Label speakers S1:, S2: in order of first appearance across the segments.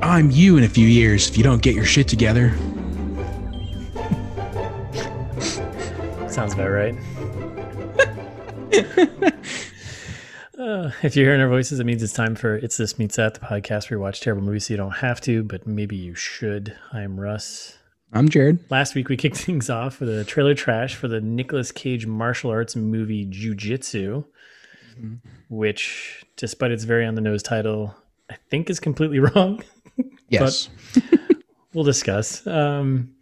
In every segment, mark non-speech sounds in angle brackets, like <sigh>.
S1: I'm you in a few years if you don't get your shit together.
S2: Sounds about right. Uh, if you're hearing our voices, it means it's time for It's This Meets That, the podcast where we watch terrible movies so you don't have to, but maybe you should. I'm Russ.
S1: I'm Jared.
S2: Last week, we <laughs> kicked things off with a trailer trash for the Nicolas Cage martial arts movie Jujitsu, which, despite its very on the nose title, I think is completely <laughs> wrong.
S1: Yes.
S2: we'll discuss. Um,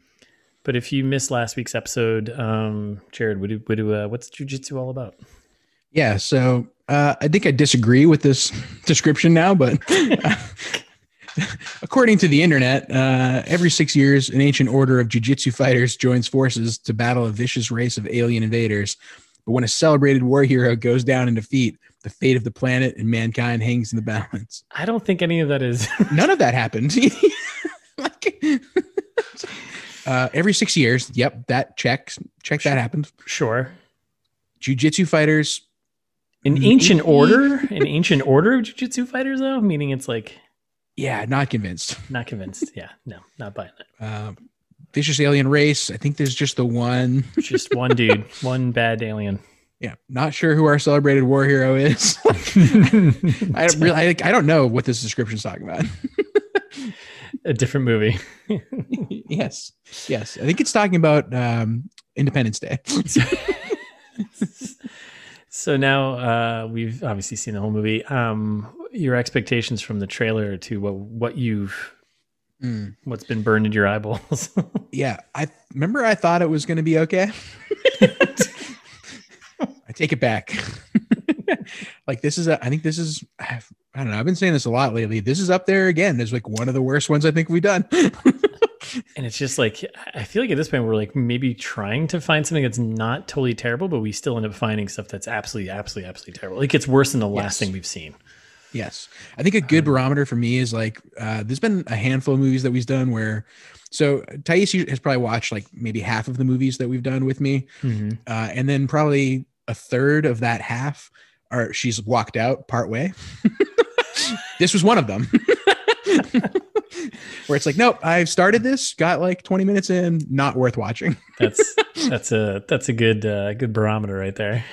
S2: but if you missed last week's episode, um, Jared, what do, what do, uh, what's Jujitsu all about?
S1: Yeah. So uh, I think I disagree with this <laughs> description now, but <laughs> uh, according to the internet, uh, every six years, an ancient order of jujitsu fighters joins forces to battle a vicious race of alien invaders. But when a celebrated war hero goes down in defeat, the fate of the planet and mankind hangs in the balance.
S2: I don't think any of that is. <laughs>
S1: None of that happened. <laughs> Like, uh, every six years, yep, that checks. Check that happened.
S2: sure.
S1: Jiu-jitsu fighters
S2: An
S1: Mm.
S2: ancient order, <laughs> an ancient order of jujitsu fighters, though, meaning it's like
S1: Yeah, not convinced.
S2: not convinced. Yeah, no, not buying it.
S1: Um, vicious alien race. I think there's just the one.
S2: It's just
S1: <laughs>
S2: one dude, one bad alien.
S1: Yeah, not sure who our celebrated war hero is. <laughs> I don't really. I, I don't know what this description's talking about.
S2: A different movie. <laughs>
S1: yes, yes. I think it's talking about um, Independence Day.
S2: so now uh, we've obviously seen the whole movie. Um, your expectations from the trailer to what what you've
S1: Mm.
S2: what's been burned into your eyeballs.
S1: Yeah, I remember. I thought it was going to be okay. I take it back. <laughs> like this is. A, I think this is. I've, I don't know. I've been saying this a lot lately. This is up there again. It's like one of the worst ones I think we've done. <laughs>
S2: And it's just like I feel like at this point we're like maybe trying to find something that's not totally terrible, but we still end up finding stuff that's absolutely, absolutely, absolutely terrible. Like it's worse than the last
S1: Yes.
S2: thing we've seen.
S1: Yes. I think a good barometer for me is like, uh, there's been a handful of movies that we've done where, so Thais has probably watched like maybe half of the movies that we've done with me. Uh, and then probably a third of that half are she's walked out part way. <laughs> this was one of them. <laughs> where it's like, nope, I've started this, got like 20 minutes in, not worth watching. <laughs>
S2: That's that's a that's a good uh, good barometer right there.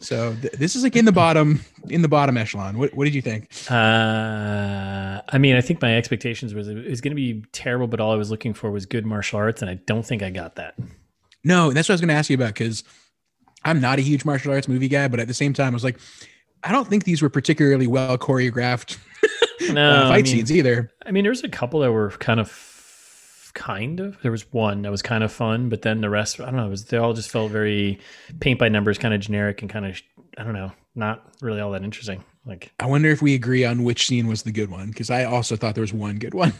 S1: So th- this is like in the bottom, in the bottom echelon. What, what did you think?
S2: Uh, I mean, I think my expectations was it was going to be terrible, but all I was looking for was good martial arts, and I don't think I
S1: <laughs>
S2: got that.
S1: No, and that's what I was going to ask you about because I'm not a huge martial arts movie guy, but at the same time, I was like, I don't think these were particularly well choreographed
S2: No,
S1: uh,
S2: I
S1: fight
S2: mean-
S1: scenes either.
S2: I mean, there was a couple that were kind of, f- kind of. There was one that was kind of fun, but then the rest, I don't know. It was, they all just felt very paint by numbers, kind of generic, and kind of, I don't know, not really all that interesting. Like,
S1: I wonder if we agree on which scene was the good one because I also thought there was one good one.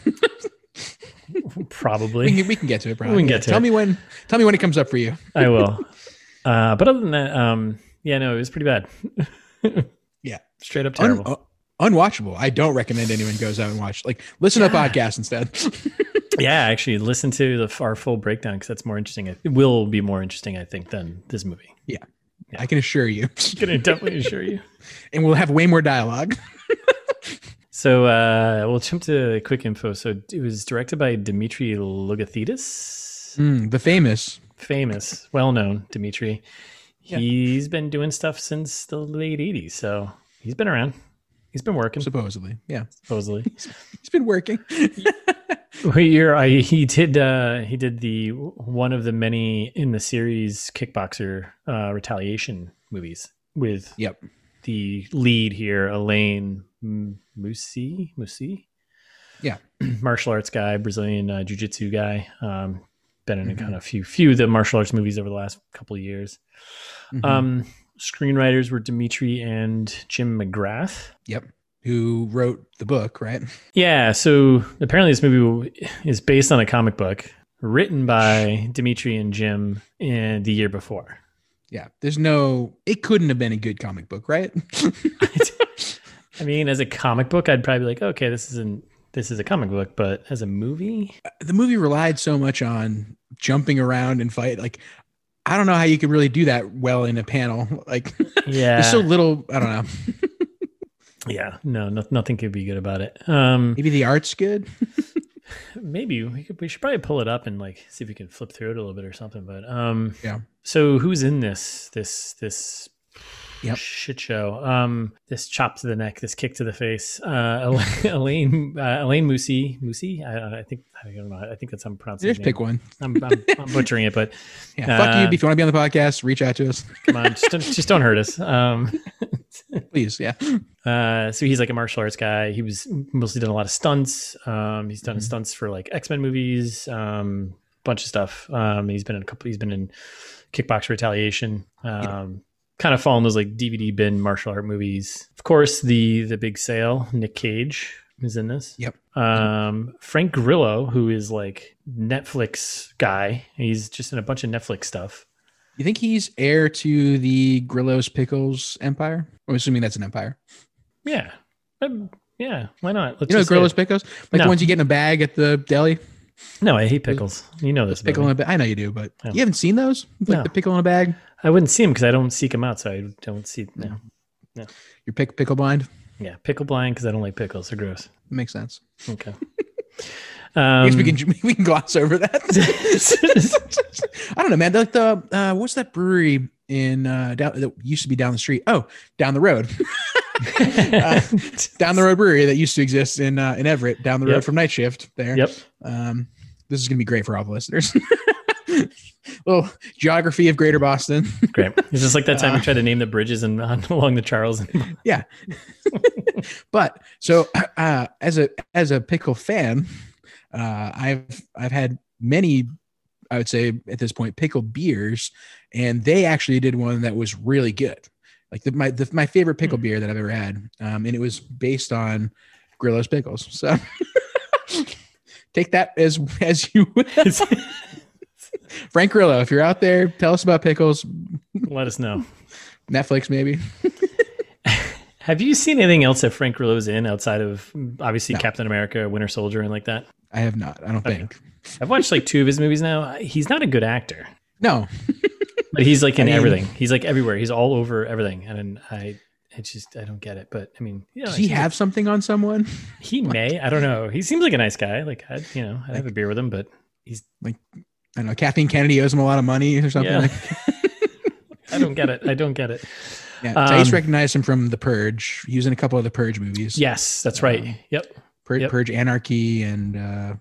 S1: we,
S2: <laughs> probably
S1: can, we can get to it. Probably.
S2: can get to
S1: tell
S2: it.
S1: me when. Tell me when it comes up for you.
S2: I will. Uh, but other than that, um, yeah, no, it was pretty bad. <laughs>
S1: Yeah.
S2: straight up
S1: Un-
S2: terrible.
S1: uh, unwatchable. I don't recommend anyone goes out and watch. Like, listen to a podcast
S2: <laughs>
S1: instead.
S2: yeah, actually, listen to the our full breakdown because that's more interesting. It will be more interesting, I think, than this movie.
S1: I can assure you,
S2: Gonna definitely assure you.
S1: and we'll have way more
S2: <laughs>
S1: dialogue.
S2: So uh, we'll jump to quick info. So it was directed by Dimitri Logothetis,
S1: Mm, the famous.
S2: Hmm, famous, well known Dimitri.
S1: Yeah.
S2: He's been doing stuff since the late '80s, so he's been around. He's been working
S1: Supposedly, yeah,
S2: supposedly.
S1: he's been working. <laughs> Mm-hmm.
S2: Well, You're, I, he did. Uh, he did the one of the many in the series kickboxer uh, retaliation movies with
S1: Yep.
S2: the lead here, Elaine M- Musi, Musi,
S1: Yeah.
S2: <clears throat> martial arts guy, Brazilian uh, jiu-jitsu guy. Um, been in
S1: Mhm.
S2: a kind of few few of the martial arts movies over the last couple of years.
S1: Mhm.
S2: Um, screenwriters were Dimitri and Jim McGrath.
S1: who wrote the book, right?
S2: Yeah, so apparently this movie is based on a comic book written by Dimitri and Jim in the year before.
S1: Yeah. There's no it couldn't have been a good comic book,
S2: <laughs>
S1: right?
S2: I mean, as a comic book, I'd probably be like, okay, this isn't this is a comic book, but as a movie,
S1: the movie relied so much on jumping around and fight like I don't know how you could really do that well in a panel. Like
S2: yeah,
S1: there's so little, I don't know.
S2: Yeah, no, no nothing could be good about it. Um,
S1: Maybe the art's good.
S2: maybe we, could, we should probably pull it up and like see if we can flip through it a little bit or something. But um,
S1: Yeah.
S2: So who's in this this this
S1: Yep.
S2: shit show? Um, this chop to the neck, this kick to the face. Uh, <laughs> Elaine uh, Elaine Moosey Moosey. I, I think I don't know. I think that's how I'm pronouncing. his
S1: Just
S2: name.
S1: pick one.
S2: I'm, I'm, I'm butchering it, but
S1: Yeah. Fuck
S2: Uh,
S1: you. If you want to be on the podcast, reach out to us,
S2: come on, just don't, just don't hurt us. Um,
S1: please. Yeah.
S2: Uh, so he's like a martial arts guy. He was mostly done a lot of stunts. Um, he's done
S1: Mhm.
S2: stunts for like X Men movies, um, bunch of stuff. Um, he's been in a couple. He's been in Kickbox Retaliation. Um, Kind of fall in those like DVD bin martial art movies. Of course, the the big sale. Nick Cage is in this.
S1: Yep.
S2: Um, Frank Grillo, who is like Netflix guy. He's just in a bunch of Netflix stuff.
S1: You think he's heir to the Grillo's Pickles Empire? I'm assuming that's an empire.
S2: Yeah. Um, yeah. Why not? Let's
S1: You know
S2: just say
S1: Grillo's
S2: it.
S1: Pickles? Like
S2: No.
S1: the ones you get in a bag at the deli?
S2: No, I hate pickles. You know this. about me.
S1: Pickle in a bag. I know you do, but
S2: Yeah.
S1: you haven't seen those? Like
S2: No.
S1: the pickle in a bag?
S2: I wouldn't see him because I don't seek him out, so I don't see. No.
S1: You're pick, pickle blind?
S2: Yeah, pickle blind because I don't like pickles. They're gross.
S1: makes sense. <laughs>
S2: Okay.
S1: I
S2: Um,
S1: guess we
S2: <laughs>
S1: can <laughs> we can gloss over that. I don't know, man. They're like the uh, what's that brewery in uh, down that used to be down the street? Oh, down the road, uh, down the road brewery that used to exist in uh, in Everett, down the road
S2: Yep.
S1: from Night Shift. There.
S2: <laughs> Yep.
S1: Um, this is gonna be great for all the listeners. <laughs> Little geography of Greater Boston.
S2: Great. It's just like that time
S1: Uh,
S2: we tried to name the bridges and on, <laughs> along the Charles. And,
S1: But so <clears throat> uh, as a as a pickle fan, uh, I've I've had many, I would say at this point, pickle beers, and they actually did one that was really good. Like the, my the, my favorite
S2: Hmm.
S1: pickle beer that I've ever had, um, and it was based on Grillo's pickles. So <laughs> take that as as you <laughs> would. Frank Grillo, if you're out there, tell us about pickles.
S2: <laughs> let us know.
S1: Netflix maybe.
S2: Have you seen anything else that Frank Grillo's in outside of obviously
S1: No.
S2: Captain America, Winter Soldier, and like that?
S1: I have not. I don't
S2: Okay.
S1: think.
S2: I've watched like two of his movies now. He's not a good actor,
S1: No,
S2: but he's like in
S1: I mean-
S2: everything. He's like everywhere. He's all over everything, and I, it's just I don't get it. But I mean, you know,
S1: does he
S2: he's a-
S1: have something on someone?
S2: He
S1: Like-
S2: may. I don't know. He seems like a nice guy. Like I, you know, I'd have a beer with him, but
S1: I don't know. Kathleen Kennedy owes him a lot of money or something.
S2: Yeah.
S1: Like,
S2: I don't get it. I don't get it.
S1: yeah. Tice
S2: Um,
S1: recognized him from The Purge. He was in a couple of the Purge movies.
S2: Yes, that's right.
S1: Um,
S2: yep.
S1: Pur-
S2: yep.
S1: Purge Anarchy and uh,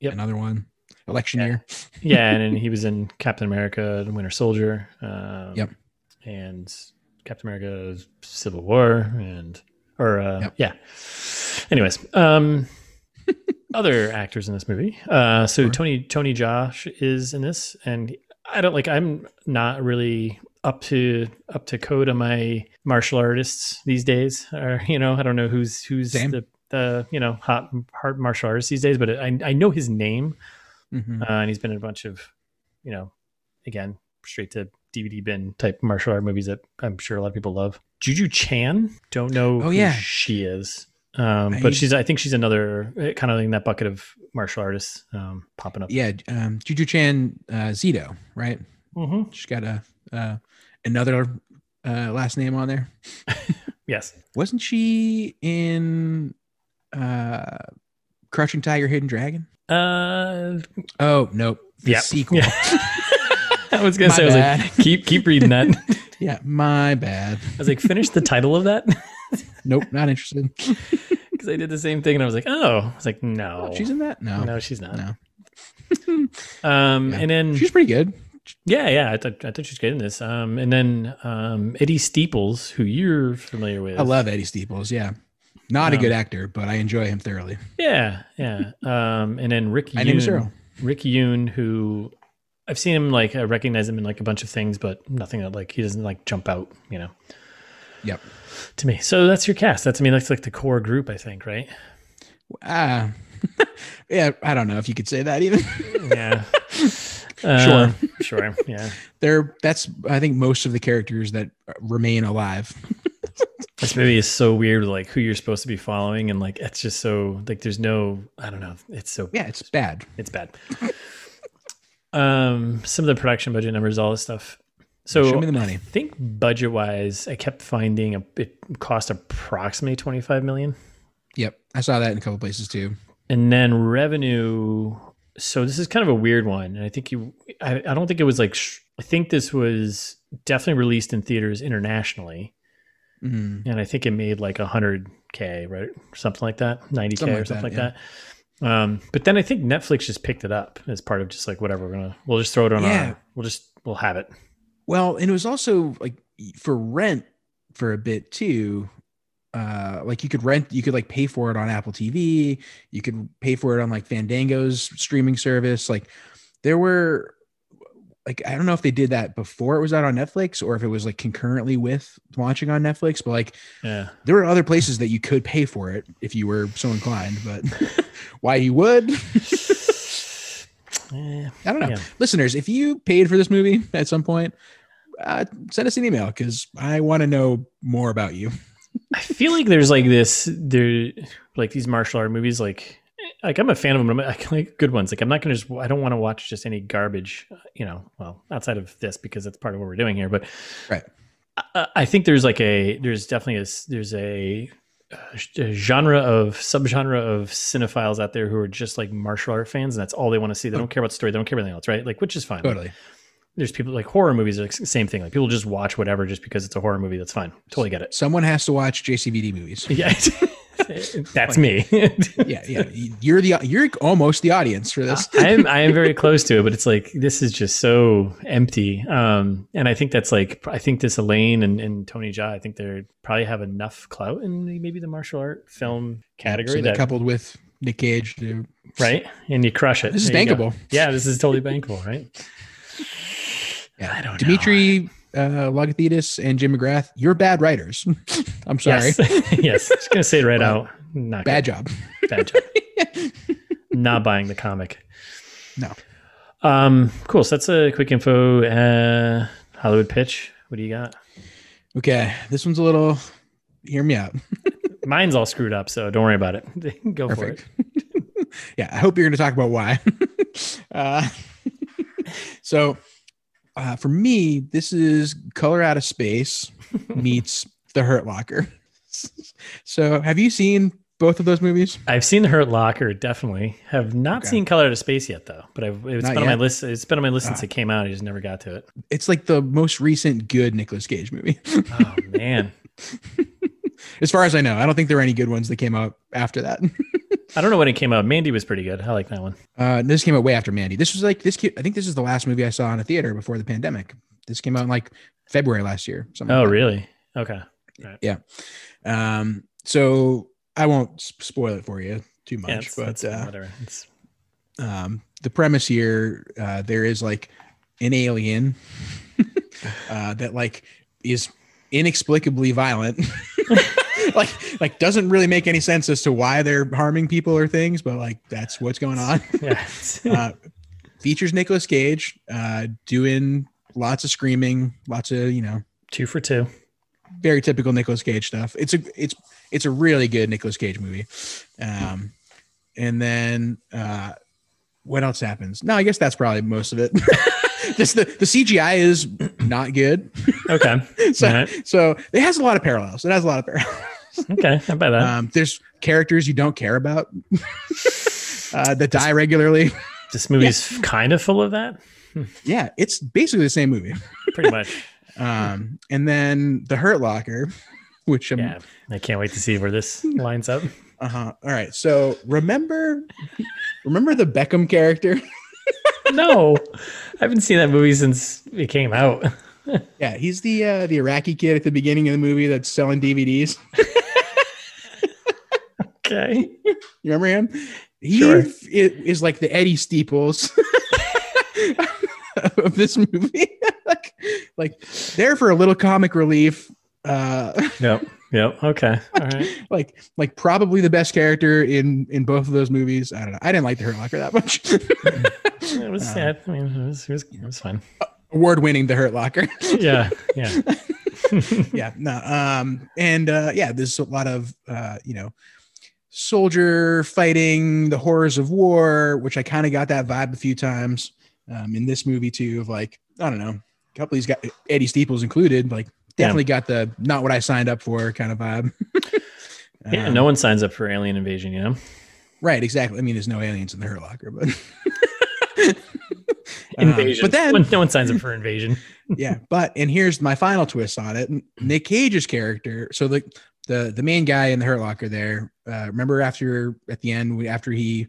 S2: Yep.
S1: another one, Election
S2: Yeah.
S1: Year.
S2: Yeah, and,
S1: <laughs>
S2: then he was in Captain America and Winter Soldier. Um,
S1: Yep.
S2: And Captain America Civil War and or uh,
S1: Yep.
S2: yeah. Anyways, um <laughs> other actors in this movie. Uh so
S1: Sure.
S2: Tony Tony Josh is in this and I don't like I'm not really up to up to code on my martial artists these days or you know I don't know who's who's
S1: Same.
S2: the the you know hot hard martial artist these days but I I know his name
S1: Mhm.
S2: uh, and he's been in a bunch of, you know, again, straight to DVD bin type martial art movies that I'm sure a lot of people love. Juju Chan, don't know
S1: Oh,
S2: who
S1: yeah.
S2: she is, um,
S1: I-
S2: but she's I think she's another uh, kind of in that bucket of martial artists um, popping up.
S1: Yeah. Um, Juju Chan uh, Zito, right?
S2: Mhm.
S1: She's got a uh, another uh, last name on there.
S2: Yes.
S1: Wasn't she in uh, Crouching Tiger, Hidden Dragon?
S2: Uh,
S1: Oh, nope. The
S2: yeah.
S1: Sequel.
S2: <laughs>
S1: <laughs>
S2: Yeah. I was gonna
S1: My
S2: say, I was like,
S1: bad.
S2: keep keep reading
S1: <laughs>
S2: that. I
S1: yeah. My bad.
S2: was like, finish the title of that <laughs>
S1: Nope. Not interested.
S2: because I did the same thing, and I was like, <laughs> oh, I was like, no,
S1: She's in that? No.
S2: no, she's not.
S1: no.
S2: Um,
S1: Yeah.
S2: and then
S1: She's pretty good.
S2: Yeah, yeah, I thought I thought she was good in this. Um, and then um, Eddie Steeples, who you're familiar with,
S1: I love Eddie Steeples. Yeah. Not a
S2: Um,
S1: good actor, but I enjoy him thoroughly.
S2: Yeah, yeah. Um, and then Rick
S1: My name is
S2: Yoon,
S1: Earl.
S2: Rick Yoon, who I've seen him like I recognize him in like a bunch of things, but nothing that like he doesn't like jump out, you know,
S1: Yep.
S2: to me. So that's your cast. That's I mean that's like the core group, I think, right?
S1: Ah. <laughs> yeah, I don't know if you could say that even. <laughs>
S2: Yeah. sure. Sure. Yeah.
S1: They're that's I think most of the characters that remain alive.
S2: this movie is so weird, like who you're supposed to be following, and like it's just so like there's no I don't know. It's so
S1: Yeah, it's bad.
S2: it's bad. um, some of the production budget numbers, all this stuff. So
S1: Show me the money.
S2: I think budget wise, I kept finding a, it cost approximately 25 million.
S1: Yep, I saw that in a couple places too.
S2: and then revenue so this is kind of a weird one and i think you i, I don't think it was like sh- i think this was definitely released in theaters internationally
S1: Mhm.
S2: and i think it made like 100k right something like that 90k
S1: Something
S2: or
S1: like
S2: something like
S1: that,
S2: that um but then i think netflix just picked it up as part of just like whatever we're gonna we'll just throw it on
S1: Yeah.
S2: our we'll just we'll have it
S1: Well, and it was also like for rent for a bit too. Uh, like you could rent, you could like pay for it on Apple TV. You could pay for it on like Fandango's streaming service. Like there were, like I don't know if they did that before it was out on Netflix or if it was like concurrently with launching on Netflix. But like <laughs>
S2: yeah
S1: there were other places that you could pay for it if you were so inclined. But <laughs> why you would,
S2: Eh,
S1: I don't know.
S2: Yeah.
S1: Listeners, if you paid for this movie at some point, uh, send us an email because I want to know more about you.
S2: I feel like there's like this there like these martial art movies like like I'm a fan of them. but I'm like, like good ones. Like I'm not gonna just I don't want to watch just any garbage. You know, well outside of this because that's part of what we're doing here. But
S1: Right.
S2: I, I think there's like a there's definitely a s- there's a, uh, a genre of subgenre of cinephiles out there who are just like martial art fans and that's all they want to see. They don't care about the story. They don't care about anything else. Right. Like which is fine. Like,
S1: Totally.
S2: there's people like horror movies are like, the same thing. Like people just watch whatever just because it's a horror movie. That's fine. Totally get it.
S1: Someone has to watch JCVD movies. <laughs>
S2: Yeah, that's me.
S1: yeah, yeah. You're the you're almost the audience for this.
S2: <laughs> I am I am very close to it, but it's like this is just so empty. Um, and I think that's like I think this Elaine and, and Tony Jaa, I think they probably have enough clout in maybe the martial art film Ah, category
S1: So they're
S2: that
S1: coupled with Nick Cage, dude.
S2: right, and you crush it.
S1: This is
S2: There you go.
S1: bankable.
S2: Yeah, this is totally bankable, right?
S1: Yeah.
S2: I don't know.
S1: Dimitri uh, Logothetis and Jim McGrath, you're bad writers. <laughs> I'm sorry.
S2: Yes, <laughs> yes. Just gonna say it right
S1: Well,
S2: out. Not
S1: Bad
S2: good.
S1: job. <laughs>
S2: Bad job. Not buying the comic.
S1: No.
S2: Um, cool. So that's a quick info. Uh, Hollywood pitch. What do you got?
S1: Okay. This one's a little. Hear me out.
S2: Mine's all screwed up, so don't worry about it. <laughs> Go
S1: Perfect. <laughs> yeah, I hope you're going to talk about why. <laughs> uh, <laughs> so, uh, for me, this is Color Out of Space meets The Hurt Locker. <laughs> so, have you seen both of those movies?
S2: I've seen The Hurt Locker, definitely. Have not
S1: Okay.
S2: seen Color Out of Space yet, though. But I've, it's
S1: Not
S2: been on my
S1: yet?
S2: list. It's been on my list since
S1: Ah.
S2: it came out. I just never got to it.
S1: It's like the most recent good Nicolas Cage movie, <laughs>
S2: Oh <laughs> man,
S1: as far as I know. I don't think there are any good ones that came out after that. <laughs>
S2: I don't know when it came out. Mandy was pretty good. I like that one.
S1: Uh, this came out way after Mandy. This was like this. ca- I think this is the last movie I saw in a theater before the pandemic. This came out in like February last year. something
S2: Oh
S1: like that.
S2: really? Okay.
S1: Um, so I won't s- spoil it for you too
S2: Yeah,
S1: much,
S2: it's,
S1: but
S2: it's-
S1: uh,
S2: whatever. It's,
S1: um, the premise here, uh, there is like an alien
S2: <laughs>
S1: uh, that like is inexplicably violent. <laughs> like like doesn't really make any sense as to why they're harming people or things, but like that's what's going
S2: <laughs>
S1: on.
S2: yeah. it's-
S1: Uh, features Nicolas Cage uh, doing lots of screaming, lots of you know
S2: two for two.
S1: very typical Nicolas Cage stuff. It's a it's it's a really good Nicolas Cage movie. Um, and then uh, what else happens? No, I guess that's probably most of it. <laughs> Just the, the CGI is not good. <laughs>
S2: Okay.
S1: So
S2: All right.
S1: so it has a lot of parallels. It has a lot of parallels.
S2: Okay. I buy that.
S1: Um, there's characters you don't care about <laughs> uh, that die regularly.
S2: this movie's kind of full of that,
S1: Yeah, it's basically the same movie.
S2: pretty much.
S1: Um, and then the Hurt Locker, which I'm
S2: <laughs> yeah. I can't wait to see where this lines up.
S1: Uh-huh. All right. So remember remember the Beckham character?
S2: No, I haven't seen that movie since it came out.
S1: Yeah, he's the uh, the Iraqi kid at the beginning of the movie that's selling DVDs.
S2: Okay.
S1: You remember him? He
S2: Sure.
S1: f- i- is like the Eddie Steeples <laughs> of this movie. <laughs> like, like there for a little comic relief. Uh, <laughs>
S2: Yep. Yep. Okay. All right.
S1: like, like probably the best character in in both of those movies. I don't know. I didn't like the Hurt Locker that much. <laughs>
S2: It was
S1: Um,
S2: sad. I mean, it was, it was, it was fine.
S1: Award winning the Hurt Locker.
S2: Yeah. Yeah.
S1: yeah no um and uh yeah there's a lot of uh you know soldier fighting the horrors of war which i kind of got that vibe a few times um in this movie too of like i don't know couple of these guys, Eddie Steeples included, like
S2: Yeah.
S1: definitely got the not what I signed up for kind of vibe.
S2: <laughs> Yeah,
S1: Um,
S2: no one signs up for alien invasion, you know.
S1: Right, exactly. I mean, there's no aliens in the Hurt Locker, but Um,
S2: Invasion,
S1: but then-
S2: No one- <laughs> no one signs up for invasion.
S1: yeah. But and here's my final twist on it: Nick Cage's character. So the the the main guy in the Hurt Locker there. Uh, remember after at the end we- after he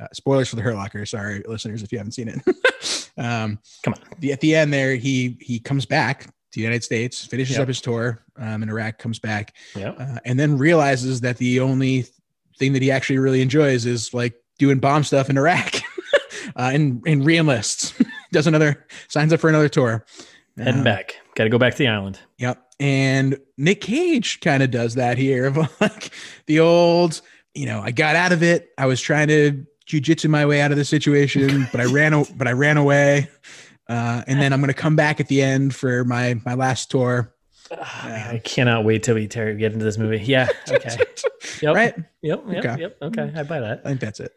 S1: uh, spoilers for the Hurt Locker. Sorry, listeners, if you haven't seen it. <laughs> um,
S2: Come on.
S1: The, at the end there, he he comes back to the United States, finishes
S2: Yep.
S1: up his tour um, in Iraq, comes back,
S2: Yeah,
S1: uh, and then realizes that the only thing that he actually really enjoys is like doing bomb stuff in Iraq, <laughs> uh, and and reenlists, <laughs> does another signs up for another tour,
S2: heading
S1: Um,
S2: back. Got to go back to the island.
S1: Yep, and Nick Cage kind of does that here <laughs> of like the old, you know, I got out of it. I was trying to jujitsu my way out of the
S2: <laughs>
S1: situation, but I ran, a- but I ran away. Uh, and then I'm gonna come back at the end for my my last tour,
S2: Ah, man, I cannot wait till we tear, get into this movie. Yeah. Okay. Yep.
S1: right?
S2: Yep. Yep.
S1: Okay.
S2: Yep. Okay. I buy that.
S1: I think that's it.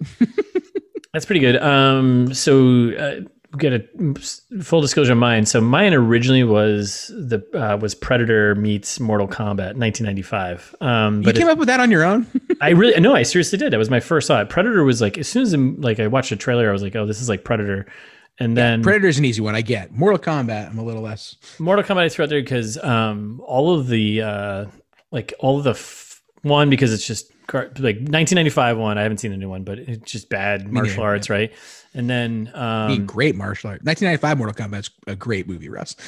S2: That's pretty good. Um, so uh, get a full disclosure of mine. So mine originally was the uh, was Predator meets Mortal Kombat, 1995. Um,
S1: You
S2: but
S1: came up with that on your own.
S2: I really no, I seriously did. That was my first thought. Predator was like as soon as like I watched the trailer, I was like, oh, this is like Predator. And then
S1: Predator's an easy one. I get Mortal Kombat. I'm a little less.
S2: Mortal Kombat I threw out there because um, all of the uh, like all of the f- one because it's just car- like 1995 one. I haven't seen the new one, but it's just bad martial
S1: neither,
S2: arts, right? And then
S1: I mean,
S2: um,
S1: great martial art. 1995 Mortal Kombat's a great movie, Russ.
S2: <laughs>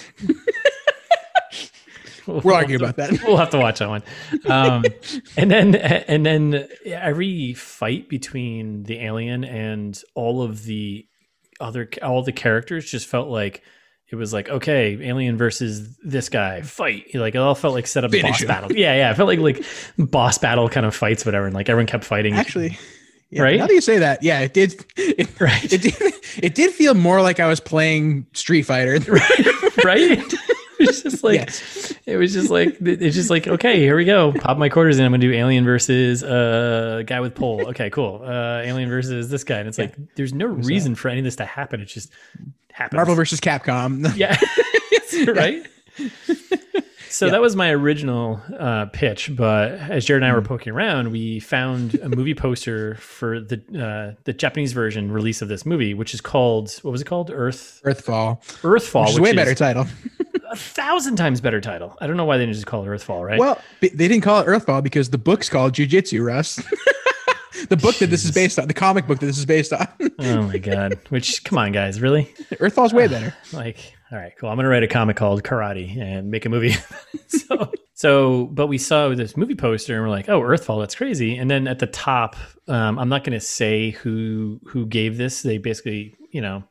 S1: We'll argue about that.
S2: we'll have to watch that one. Um, and then and then every fight between the alien and all of the other all the characters just felt like it was like okay, alien versus this guy fight. Like it all felt like set up
S1: Finish
S2: boss
S1: him.
S2: battle. Yeah, yeah, it felt like like boss battle kind of fights, whatever. And like everyone kept fighting,
S1: Actually, yeah,
S2: Right?
S1: Now that you say that, yeah, it did. It,
S2: <laughs> right?
S1: it did. It did feel more like I was playing Street Fighter.
S2: <laughs> right? It was just like it was just like it's just like okay, here we go. Pop my quarters in. I'm gonna do Alien versus uh guy with pole. Okay, cool. Uh, Alien versus this guy, and it's like there's no reason for any of this to happen. It just happens.
S1: Marvel versus Capcom. <laughs>
S2: yeah, <laughs> right. So that was my original uh, pitch, but as Jared
S1: Mm-hmm.
S2: and I were poking around, we found a movie poster for the uh, the Japanese version release of this movie, which is called what was it called? Earth
S1: Earthfall,
S2: Earthfall,
S1: which is way better
S2: <laughs>
S1: title.
S2: a thousand times better title. I don't know why they didn't just call it Earthfall, right?
S1: Well, b- they didn't call it Earthfall because the book's called Jujitsu, Russ. <laughs> the book that this is based on, the comic book that this is based on, <laughs>
S2: oh my god! Which come on, guys, really?
S1: Earthfall's
S2: Ah.
S1: way better.
S2: Like, all right, cool. I'm gonna write a comic called Karate and make a movie. <laughs> so, so, but we saw this movie poster and we're like, oh, Earthfall, that's crazy. And then at the top, um, I'm not gonna say who who gave this. They basically, you know.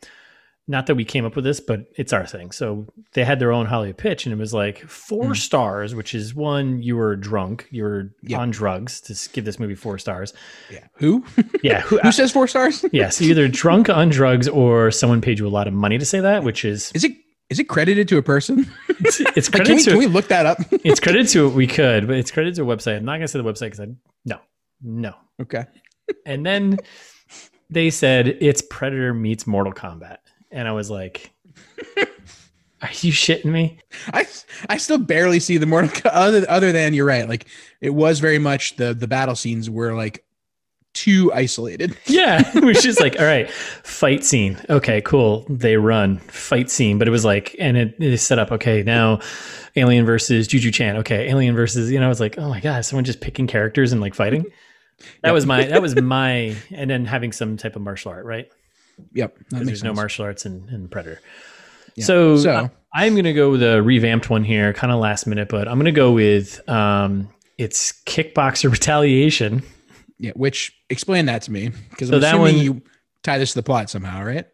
S2: Not that we came up with this, but it's our thing. So they had their own Hollywood pitch, and it was like four
S1: Mm.
S2: stars, which is one, you were drunk, you were
S1: Yep.
S2: on drugs to s- give this movie four stars.
S1: Yeah. Who?
S2: Yeah, who,
S1: Who says four
S2: <laughs>
S1: stars?
S2: Yes, either drunk on drugs or someone paid you a lot of money to say that,
S1: <laughs>
S2: which is
S1: Is it? Is it credited to a person?
S2: it's, it's
S1: Like, can,
S2: credited
S1: we, can
S2: to
S1: we look that up? <laughs>
S2: it's credited to we could, but it's credited to a website. I'm not gonna say the website because I no no.
S1: okay.
S2: And then they said it's Predator meets Mortal Kombat, and I was like, Are you shitting me?
S1: I I still barely see the Mortal Kombat <laughs> other other than you're right. Like it was very much the the battle scenes were like too isolated.
S2: Yeah, <laughs> it was just like, all right, fight scene. Okay, cool. They run fight scene, but it was like, and it, it is set up. Okay, now Alien versus Juju Chan. Okay, Alien versus you know, I was like, oh my god, someone just picking characters and like fighting. That
S1: Yep.
S2: was my that was
S1: <laughs>
S2: my and then having some type of martial art, right?
S1: Yep. that
S2: Because
S1: makes
S2: there's no
S1: sense.
S2: martial arts in, in Predator.
S1: Yeah.
S2: So,
S1: So-
S2: I- I'm gonna go with a revamped one here, kind of last minute, but I'm gonna go with um, it's Kickboxer Retaliation.
S1: Yeah, which explain that to me because
S2: So
S1: I'm
S2: that
S1: assuming
S2: one-
S1: you tie this to the plot somehow, right?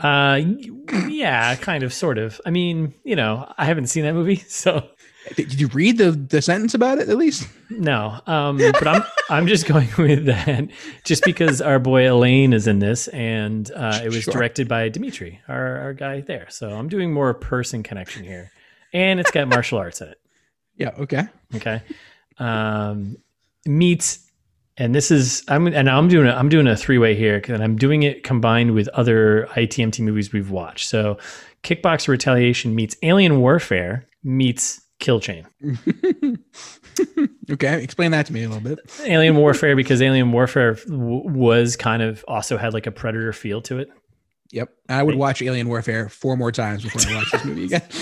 S2: Uh, y- yeah, kind of, sort of. I mean, you know, I haven't seen that movie, <laughs> so
S1: Did you read the the sentence about it at least?
S2: no. Um, but I'm I'm just going with that, just because our boy Elaine is in this, and uh, it was
S1: Sure.
S2: directed by Dimitri, our our guy there. So I'm doing more person connection here, and it's got martial arts in it.
S1: Yeah. Okay.
S2: Okay, um, meets and this is I'm and I'm doing a, I'm doing a three way here, and I'm doing it combined with other ITMT movies we've watched. So, Kickboxer Retaliation meets Alien Warfare meets Kill Chain.
S1: okay, explain that to me a little bit.
S2: Alien
S1: <laughs>
S2: Warfare because Alien Warfare w- was kind of also had like a predator feel to it.
S1: Yep, I would watch Alien Warfare four more times before I watch this movie again. <laughs>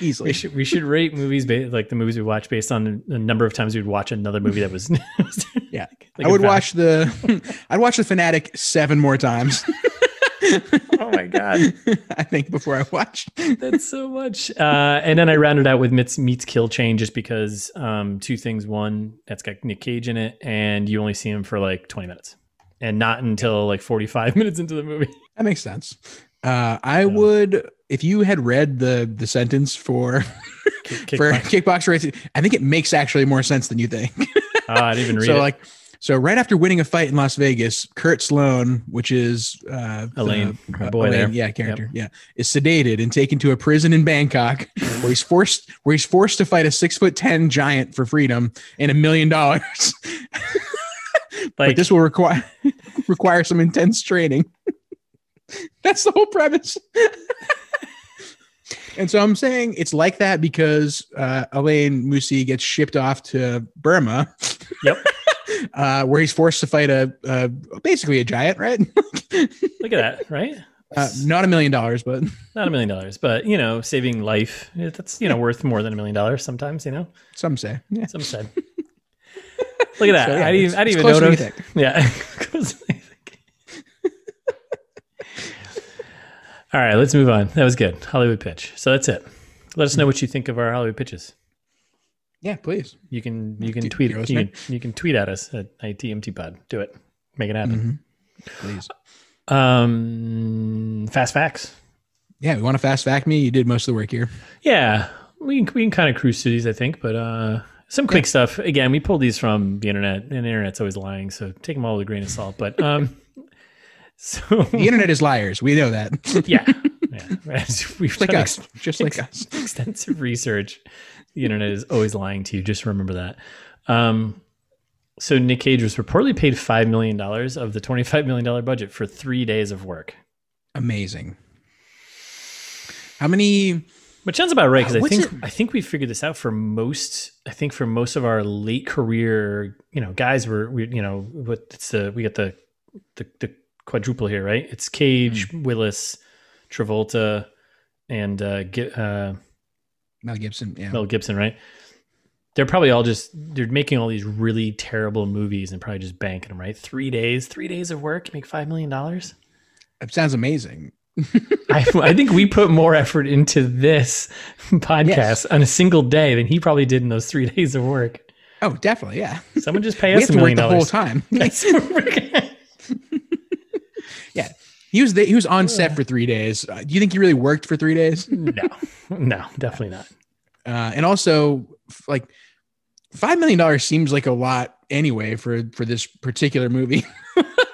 S1: Easily,
S2: We should we should rate movies ba- like the movies we watch based on the number of times we'd watch another movie that was. <laughs>
S1: Yeah.
S2: Like
S1: I would
S2: a va-
S1: watch the <laughs> I'd watch the Fanatic seven more times. <laughs>
S2: Oh my god.
S1: I think before I watched.
S2: That's so much. Uh, and then I rounded out with Meets, meets Kill Chain just because um, two things. One, that's got Nick Cage in it, and you only see him for like 20 minutes and not until like 45 <laughs> minutes into the movie.
S1: That makes sense. Uh, I would if you had read the the sentence for
S2: Kick, kick
S1: for <laughs>
S2: butt.
S1: kickboxer racing, I think it makes actually more sense than you think.
S2: Ah, I didn't even
S1: <laughs>
S2: read
S1: so
S2: it.
S1: like so right after winning a fight in Las Vegas, Kurt Sloan, which is uh,
S2: Elaine,
S1: the-
S2: my
S1: uh,
S2: boy there.
S1: yeah, character, yeah, is sedated and taken to a prison in Bangkok, where he's forced where he's forced to fight a six foot ten giant for freedom and a million dollars. <laughs>
S2: like
S1: but this will require <laughs> require some intense training. <laughs> That's the whole premise. <laughs> and so I'm saying it's like that because uh, Elaine Musi gets shipped off to Burma.
S2: Yep.
S1: uh, where he's forced to fight a, a basically a giant, right? <laughs>
S2: look at that, right?
S1: uh, not a million dollars, but <laughs>
S2: Not a million dollars, but you know, saving life, yeah, that's you know, worth more than a million dollars sometimes, you know,
S1: some say. Yeah.
S2: some said. Look at that.
S1: So, yeah,
S2: I didn't,
S1: it's-
S2: I
S1: it's
S2: didn't even
S1: closer than you
S2: notice.
S1: think.
S2: Yeah. <laughs> Goes to my thinking. All right, let's move on. That was good. Hollywood pitch. So that's it. Let us know
S1: Hmm.
S2: what you think of our Hollywood pitches.
S1: Yeah, please.
S2: You can you
S1: Do-
S2: can tweet
S1: do us,
S2: you can, you can tweet at us at ITMT Pod. Do it. Make it happen.
S1: Please. Mm-hmm.
S2: Um, fast facts.
S1: Yeah, we want to fast fact me. You did most of the work here.
S2: Yeah, we can, we can kind of cruise through these, I think. But uh, some quick stuff. Again, we pulled these from the internet, and the internet's always lying. So take them all with a grain of salt. But um, <laughs> so
S1: The internet is liars. We know that. <laughs>
S2: yeah, yeah. We've
S1: like
S2: done
S1: us. Just like us.
S2: extensive research. The internet is always lying to you. Just remember that. Um, so Nick Cage was reportedly paid five million dollars of the twenty-five million dollar budget for three days of work,
S1: Amazing. How many?
S2: which sounds about right because I
S1: What's
S2: think I think we figured this out for most. I think for most of our late career, you know, guys were we you know what it's the we got the the, the quadruple here, right? It's Cage, Willis, Travolta, and uh, Gi- uh,
S1: Mel Gibson. Yeah.
S2: Mel Gibson, right? They're probably all just they're making all these really terrible movies and probably just banking them, right? Three days, three days of work, you make five million dollars.
S1: It sounds amazing.
S2: I, I think we put more effort into this podcast
S1: Yes.
S2: on a single day than he probably did in those three <laughs> days of work.
S1: Oh, definitely. Yeah.
S2: Someone just pay
S1: we
S2: us
S1: have to
S2: a
S1: work
S2: million
S1: the whole
S2: dollars.
S1: time.
S2: That's-
S1: yeah. He was, the, he was on set for three days. Uh, do you think he really worked for three days?
S2: no, <laughs> no, definitely not.
S1: Uh, and also, f- like, $5 million seems like a lot anyway for, for this particular movie <laughs>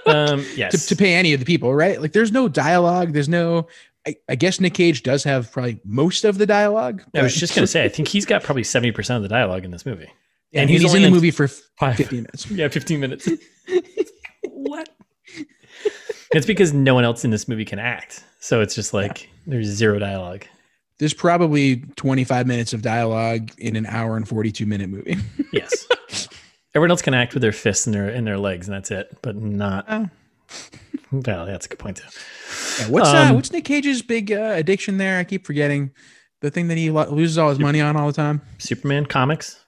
S2: Um,
S1: to,
S2: yes,
S1: to pay any of the people, right? Like, there's no dialogue. There's no, I, I guess Nick Cage does have probably most of the dialogue.
S2: I was
S1: but-
S2: just gonna say I think he's got probably seventy percent of the dialogue in this movie.
S1: Yeah,
S2: and
S1: and
S2: he's
S1: he's,
S2: only
S1: in the
S2: in-
S1: movie for f-
S2: Five-
S1: 15 minutes. <laughs>
S2: <laughs> Yeah, 15 minutes. what? It's because no one else in this movie can act. So it's just like there's zero dialogue.
S1: There's probably 25 minutes of dialogue in an hour and 42 minute movie.
S2: Yes. <laughs> Everyone else can act with their fists and their and their legs, and that's it. But not.
S1: Oh.
S2: Well, that's a good point too.
S1: Yeah, what's uh,
S2: Um,
S1: what's Nick Cage's big uh, addiction there? I keep forgetting the thing that he lo- loses all his money on all the time.
S2: Superman comics?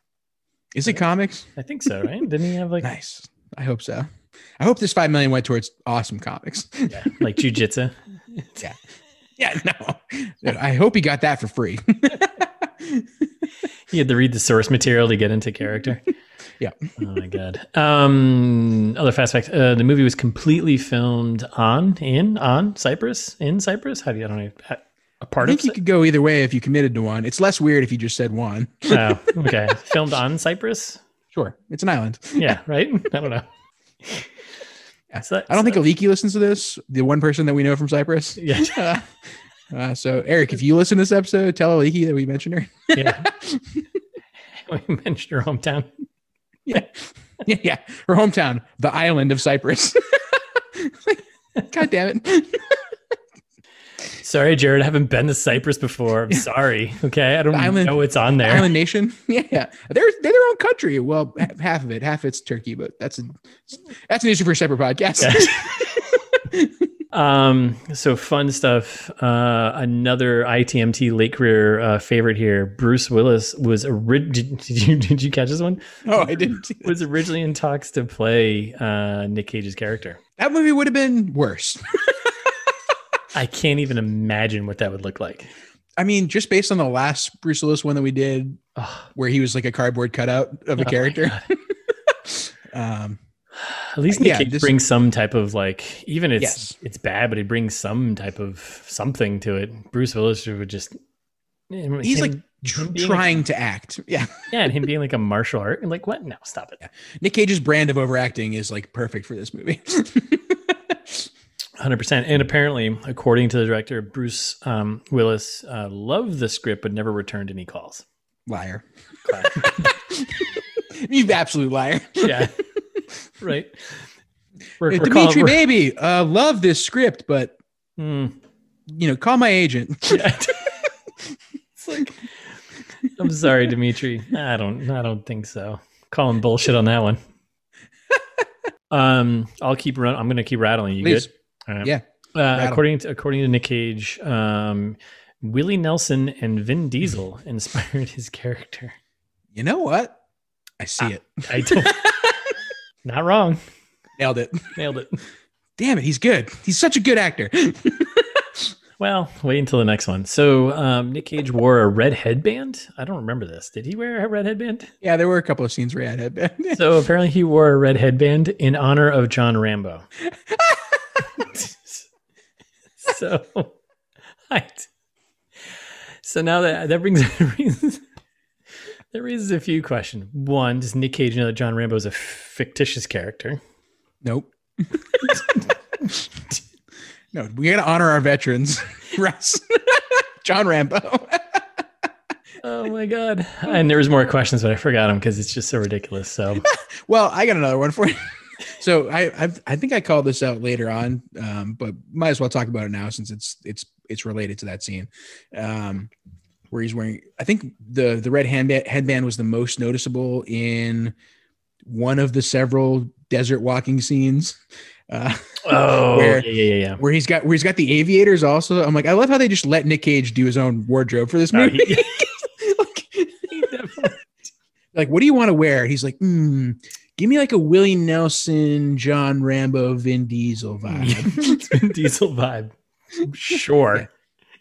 S1: Is it
S2: Uh,
S1: comics?
S2: I think so, right? Didn't he have like
S1: Nice. I hope so. I hope this five million went towards awesome comics. <laughs>
S2: yeah, <laughs> like jujitsu?
S1: yeah, no. Dude, I hope he got that for free. <laughs>
S2: He had to read the source material to get into character.
S1: <laughs> Yeah.
S2: Oh my god. Um, other fast fact: uh, the movie was completely filmed on in on Cyprus in Cyprus. How do you? I don't know. a- A
S1: I
S2: part of.
S1: think you could go either way if you committed to one. It's less weird if you just said one.
S2: Cy- oh, okay. filmed on Cyprus.
S1: Sure, it's an island.
S2: Yeah. Right. <laughs> I don't know.
S1: Yeah.
S2: So that-
S1: I don't think
S2: so-
S1: Aliki listens to this. The one person that we know from Cyprus.
S2: <laughs> Yeah.
S1: Uh, <laughs> uh, so Eric, if you listen to this episode, tell Aliki
S2: <laughs>
S1: that we mentioned her.
S2: yeah. we mentioned your hometown.
S1: Yeah. <laughs> yeah, yeah. Her hometown, the island of Cyprus. <laughs> Like, God damn it.
S2: Sorry, Jared, I haven't been to Cyprus before. I'm sorry. Okay. I don't
S1: The island-
S2: know it's on there.
S1: Island nation. <laughs> Yeah. They're they're their own country. Well, ha- half of it, half it's Turkey, but that's a that's an issue for a separate podcast. <laughs>
S2: Um, so fun stuff. Uh, another ITMT late career uh, favorite here. Bruce Willis was orig- <laughs> did, did you did you catch this one?
S1: oh, I didn't see that.
S2: Was originally in talks to play uh, Nick Cage's character.
S1: That movie would have been worse.
S2: I can't even imagine what that would look like.
S1: I mean, just based on the last Bruce Willis one that we did,
S2: Oh,
S1: where he was like a cardboard cutout of a
S2: my
S1: character.
S2: God.
S1: <laughs> Um,
S2: At least Nick
S1: Yeah,
S2: Cage
S1: this-
S2: brings some type of like even it's
S1: Yes.
S2: it's bad, but he brings some type of something to it. Bruce Willis would just
S1: he's
S2: him-
S1: like tr-
S2: him being like-
S1: trying to act. Yeah.
S2: yeah, and him being like a martial art and like what? No, stop it.
S1: Nick Cage's brand of overacting is like perfect for this movie. <laughs>
S2: Hundred percent. And apparently, according to the director, Bruce um, Willis uh, loved the script but never returned any calls.
S1: <laughs> liar. <laughs> you absolute liar.
S2: yeah, <laughs> right. We're,
S1: Hey,
S2: we're calling-
S1: Uh, Dimitri,
S2: we're-
S1: baby, uh, love this script, but
S2: Mm,
S1: you know, call my
S2: <laughs>
S1: agent. <laughs>
S2: yeah. it's like, I'm <laughs> sorry, Dimitri. I don't. I don't think so. Calling bullshit on that <laughs> one. Um, I'll keep run. I'm gonna keep rattling. You
S1: Please.
S2: good? All right.
S1: Yeah.
S2: Uh, according to according to Nick Cage, um, Willie Nelson and Vin <laughs> Diesel inspired his character.
S1: You know what? I
S2: Ah.
S1: see it.
S2: I <laughs> don't. not wrong.
S1: Nailed it.
S2: Nailed it.
S1: Damn it. He's good. He's such a good
S2: <laughs>
S1: actor.
S2: Well, wait until the next one. So, um, Nick Cage wore a red headband. I don't remember this. Did he wear a red headband?
S1: yeah. There were a couple of scenes where he had headband.
S2: So apparently, he wore a red headband in honor of John <laughs> Rambo. so, I, so now that that brings <laughs> that raises a few questions. One, does Nick Cage know that John Rambo is a fictitious character?
S1: <laughs> nope. <laughs> no, we got to honor our veterans. <laughs> Russ, John Rambo.
S2: Oh my god! And there was more questions, but I forgot them because it's just so ridiculous. <laughs> So
S1: Well, I got another one for you. <laughs> so I I've, I think I called this out later on, um, but might as well talk about it now since it's it's it's related to that scene, um, where he's wearing. I think the the red handband headband was the most noticeable in one of the several desert walking scenes. Uh,
S2: Oh,
S1: Where-
S2: yeah, yeah, yeah. yeah.
S1: where he's got where he's got the aviators also. I'm like, I love how they just let Nick Cage do his own wardrobe for this
S2: No,
S1: movie. <laughs>
S2: he-
S1: Like-
S2: he definitely-
S1: like, what do you want to wear? He's like, hmm, give me like a Willie Nelson, John Rambo, Vin Diesel vibe.
S2: <laughs> it's been diesel vibe. Sure.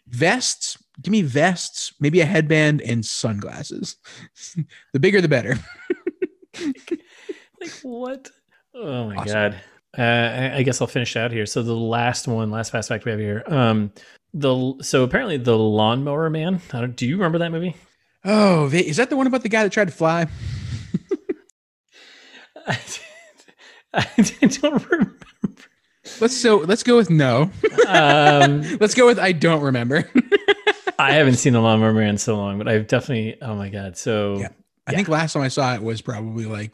S1: vests, give me vests, maybe a headband and sunglasses. <laughs> the bigger the better.
S2: Like what? Oh my
S1: Awesome.
S2: god. Uh, I, I guess I'll finish out here. So the last one, last fast fact we have here. Um, the so apparently the lawnmower man. I don't, do you remember
S1: <laughs>
S2: that movie?
S1: Oh, they- is that the one about the guy that tried to fly?
S2: I, don't remember.
S1: Let's so let's go with no.
S2: Um,
S1: Let's go with I don't remember. <laughs>
S2: I haven't seen the lawnmower man in so long, but I've definitely. Oh my god. So
S1: Yeah. I
S2: Yeah.
S1: think last time I saw it was probably like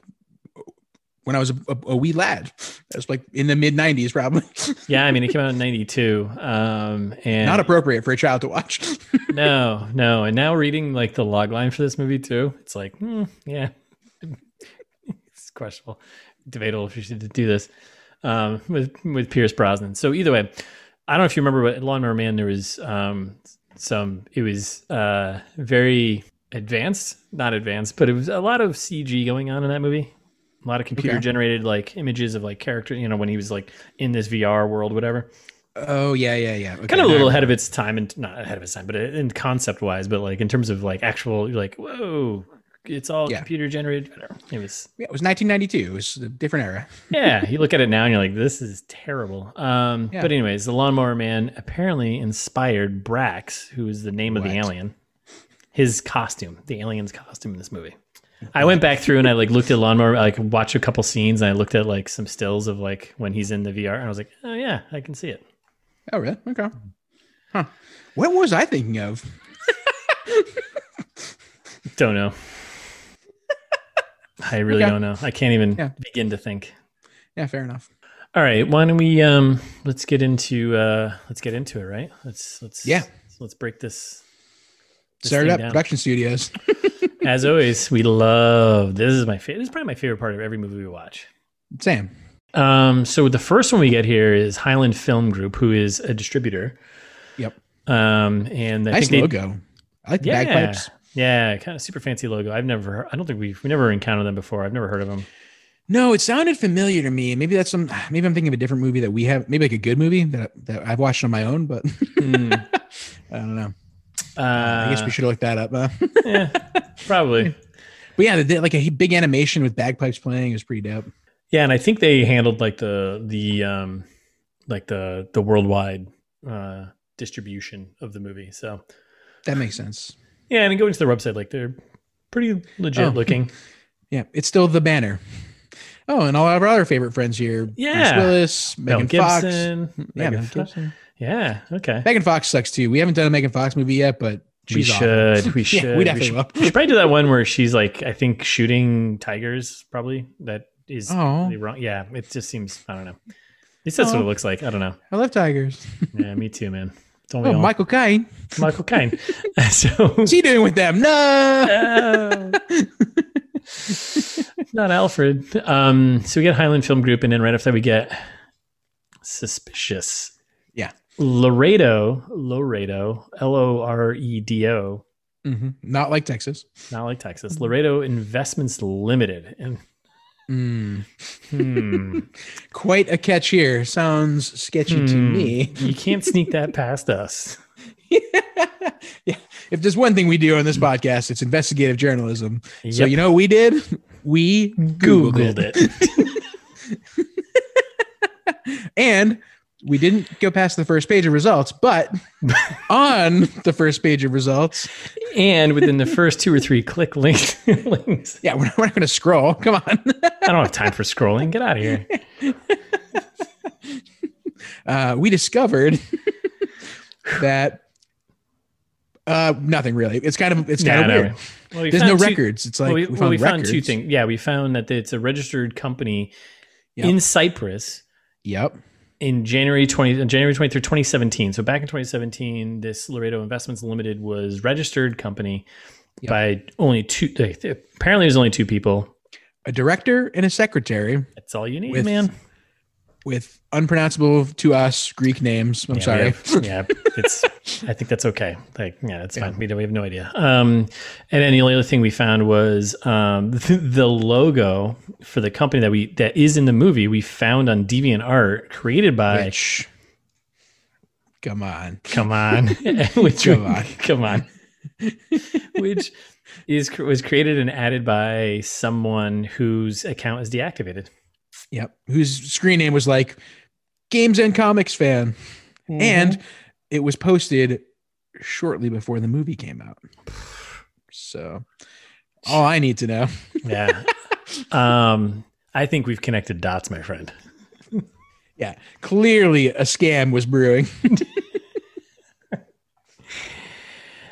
S1: when I was a, a, a wee lad. That was like in the mid '90s, probably.
S2: yeah, I mean it came out in '92. Um, and
S1: Not appropriate for a child to watch. <laughs>
S2: no, no. And now reading like the log line for this movie too, it's like, hmm, yeah, it's questionable, debatable if you should do this um, with with Pierce Brosnan. So either way, I don't know if you remember, but Lawnmower Man, there was um, some. It was uh, very advanced, not advanced, but it was a lot of CG going on in that movie. A lot of computer generated like images of like character, you know, when he was like in this VR world, whatever
S1: Oh yeah, yeah, yeah. Okay,
S2: kind of a
S1: now-
S2: little ahead of its time and not ahead of its time but in concept wise but like in terms of like actual you're like whoa it's all
S1: Yeah.
S2: computer generated whatever it was
S1: Yeah, it was 1992. It was a different era.
S2: yeah you look at it now and you're like this is terrible um
S1: Yeah.
S2: but anyways the lawnmower man apparently inspired brax who is the name of the
S1: Brax.
S2: alien his costume the alien's costume in this movie I went back through and I like looked at lawnmower, like watched a couple scenes, and I looked at like some stills of like when he's in the VR, and I was like, oh yeah, I can see it.
S1: Oh really?
S2: Hmm.
S1: Okay. Huh. What was I thinking of?
S2: Don't know. I really
S1: Okay.
S2: don't know. I can't even
S1: Yeah.
S2: begin to think.
S1: Yeah, fair enough.
S2: All right, why don't we um let's get into uh let's get into it, right? Let's let's
S1: Yeah.
S2: let's break this. this
S1: Start it
S2: thing
S1: up
S2: down.
S1: production studios.
S2: As always, we love this is my favorite. This is probably my favorite part of every movie we watch.
S1: Sam.
S2: Um, so the first one we get here is Highland Film Group, who is a distributor.
S1: Yep.
S2: Um, and I
S1: Nice
S2: think they,
S1: logo. I like the
S2: Yeah.
S1: bagpipes.
S2: Yeah, kind of super fancy logo. I've never, heard, I don't think we've we never encountered them before. I've never heard of them.
S1: No, it sounded familiar to me. Maybe that's some. Maybe I'm thinking of a different movie that we have. Maybe like a good movie that that I've watched on my own, but <laughs>
S2: Hmm.
S1: I don't know.
S2: Uh,
S1: I guess we should look that up. huh?
S2: yeah, probably.
S1: but yeah, they did like a big animation with bagpipes playing It was pretty dope.
S2: Yeah, and I think they handled like the the um like the the worldwide uh distribution of the movie. So
S1: That makes sense.
S2: yeah, and going to their website, like they're pretty legit
S1: Oh.
S2: looking.
S1: Yeah, it's still the banner. Oh, and all of our other favorite friends here.
S2: Yeah.
S1: Bruce Willis,
S2: Mel
S1: Megan Fox.
S2: Gibson.
S1: Yeah,
S2: Megan
S1: Mel
S2: Fo-
S1: Gibson.
S2: yeah, okay.
S1: Megan Fox sucks too. We haven't done a Megan Fox movie yet, but
S2: we
S1: she's awful.
S2: should,
S1: <laughs>
S2: we
S1: Yeah,
S2: should.
S1: we definitely
S2: should,
S1: will.
S2: we should probably do that one where she's like, I think shooting tigers. Probably that is
S1: Oh,
S2: really wrong. Yeah, it just seems. I don't know. At least that's what
S1: Oh.
S2: it looks like. I don't know.
S1: I love tigers.
S2: Yeah, me too, man. Don't we
S1: <laughs> Oh,
S2: all?
S1: Michael Caine.
S2: Michael Caine. <laughs> so
S1: What's he doing with them?
S2: <laughs>
S1: No.
S2: No. not Alfred. Um, so we get Highland Film Group, and then right after that we get Suspicious.
S1: Yeah.
S2: Laredo, Laredo, L O R E D O,
S1: hmm Not like Texas.
S2: not like Texas.
S1: Mm-hmm.
S2: Laredo Investments Limited, and
S1: Mm.
S2: hmm,
S1: Quite a catch here. Sounds sketchy to
S2: Hmm.
S1: me.
S2: you can't sneak that past us.
S1: yeah. If there's one thing we do on this podcast, it's investigative journalism. So
S2: Yep.
S1: you know what we did? We Googled,
S2: Googled
S1: it.
S2: it.
S1: And we didn't go past the first page of results,
S2: <laughs>
S1: but on the first page of results,
S2: and within the first two or three click links, <laughs> links
S1: yeah, we're not, we're not going to scroll. Come on.
S2: I don't have time for scrolling. Get out of here.
S1: Uh, we discovered <laughs> that uh, nothing really. It's kind of it's kind
S2: Nah,
S1: of
S2: no.
S1: weird.
S2: Well, we
S1: There's no
S2: found two-
S1: records. It's like
S2: well, we,
S1: we,
S2: well,
S1: found,
S2: we found two
S1: records.
S2: things. Yeah, we found that it's a registered company
S1: Yep.
S2: in Cyprus
S1: Yep.
S2: in January 20 on January 23, 2017. So back in 2017, this Laredo Investments Limited was registered company
S1: Yep.
S2: by only two they- they- apparently there's only two people.
S1: A director and a secretary
S2: That's all you need,
S1: With-
S2: man.
S1: with unpronounceable to us Greek names. I'm
S2: Yeah,
S1: sorry.
S2: we have- yeah,
S1: <laughs>
S2: it's. I think that's okay. Like, yeah, it's fine. We, don't, we have no idea. Um, and then the only other thing we found was um, <laughs> the, logo for the company that we that is in the movie. We found on DeviantArt, created by.
S1: Which, come on.
S2: <laughs>
S1: <laughs>
S2: come on, which
S1: Come
S2: <laughs>
S1: on.
S2: come on, which is cr- was created and added by someone whose account is deactivated.
S1: Yep. Whose screen name was like games and comics fan.
S2: Mm-hmm.
S1: And it was posted shortly before the movie came out. So all I need to know. <laughs>
S2: yeah, um, I think we've connected dots, my friend.
S1: Yeah. Clearly a scam was brewing.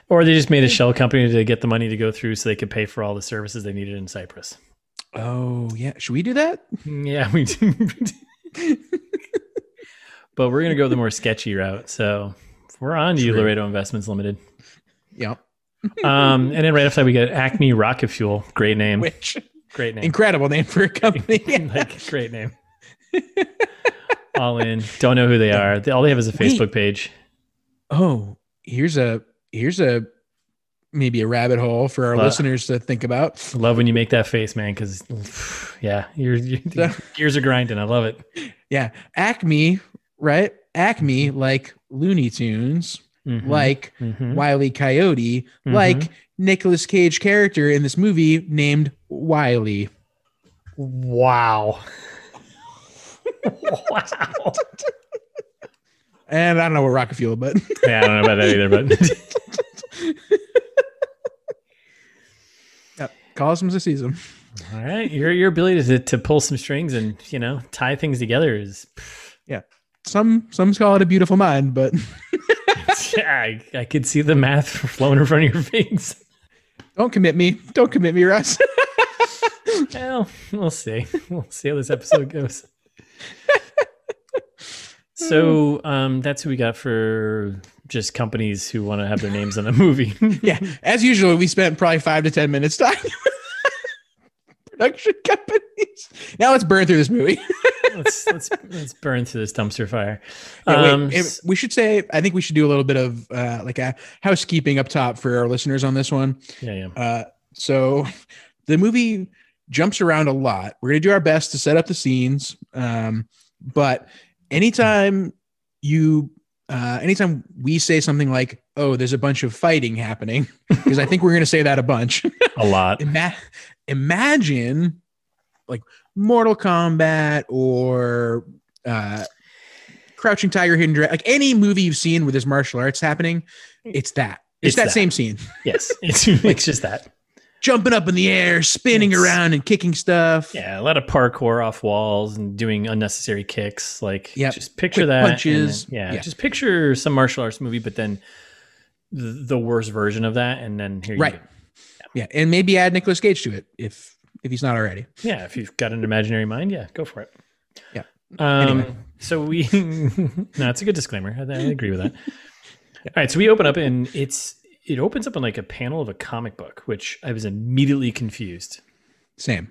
S2: Or they just made a shell company to get the money to go through so they could pay for all the services they needed in Cyprus.
S1: Oh yeah. Should we do that?
S2: Mm, Yeah, we did. <laughs> but we're going to go the more sketchy route. So we're on to you,
S1: True.
S2: Laredo Investments Limited.
S1: Yep.
S2: Um, and then right after that, we get Acme Rocket Fuel. Great name.
S1: Which
S2: Great name.
S1: incredible name for a <laughs> company. Yeah.
S2: <laughs> like, great name. All in. Don't know who they are. They, all they have is a
S1: Wait.
S2: Facebook page.
S1: Oh, here's a here's a maybe a rabbit hole for our
S2: Well-
S1: listeners to think about.
S2: Love when you make that face, man, because, <sighs> yeah, your, your <laughs>
S1: So-
S2: gears are grinding. I love it.
S1: Yeah. Acme, right? Acme like Looney Tunes,
S2: Mhm.
S1: like
S2: Mhm.
S1: Wiley Coyote, like Nicolas Cage character in this movie named Wiley.
S2: <laughs> Wow. wow.
S1: And I don't know what rocket fuel, but <laughs>
S2: Yeah, I don't know about that either, but
S1: calls him to seize him.
S2: all right. Your your ability to, to pull some strings and, you know, tie things together is <laughs>
S1: Some some call it a beautiful mind, but
S2: yeah, I, I could see the math <laughs> flowing in front of your face.
S1: don't commit me. Don't commit me, Russ.
S2: well, we'll see. We'll see how this episode goes. so um, that's who we got for just companies who want to have their names on a movie. <laughs>
S1: yeah, as usual, we spent probably five to ten minutes talking <laughs> production companies. Now let's burn through this movie. <laughs>
S2: let's let's let's burn through this dumpster fire.
S1: Yeah, wait,
S2: Um,
S1: it- we should say I think we should do a little bit of uh, like a housekeeping up top for our listeners on this one.
S2: yeah, yeah.
S1: Uh, so <laughs> the movie jumps around a lot. We're gonna do our best to set up the scenes, um, but anytime you, uh, anytime we say something like, "Oh, there's a bunch of fighting happening," <laughs> because I think we're gonna say that a bunch. <laughs>
S2: A lot.
S1: Ima- imagine like Mortal Kombat or uh, Crouching Tiger, Hidden Dragon, like any movie you've seen where there's martial arts happening, it's that. It's,
S2: It's
S1: that,
S2: that.
S1: same scene.
S2: Yes, <laughs> it's it's just that.
S1: Jumping up in the air, spinning
S2: It's-
S1: around and kicking stuff.
S2: Yeah, a lot of parkour off walls and doing unnecessary kicks. Like,
S1: Yep.
S2: just picture
S1: Quick
S2: that. and
S1: punches.
S2: then- yeah,
S1: Yeah.
S2: just picture some martial arts movie, but then th- the worst version of that, and then here you
S1: Right.
S2: go.
S1: Yeah. And maybe add Nicolas Cage to it if if he's not already.
S2: Yeah, if you've got an imaginary mind, yeah, go for it.
S1: Yeah.
S2: Um,
S1: Anyway.
S2: So we, <laughs> no, it's a good disclaimer. I, I agree
S1: <laughs>
S2: with that. All right, so we open up and it's it opens up on like a panel of a comic book, which I was immediately confused.
S1: Same.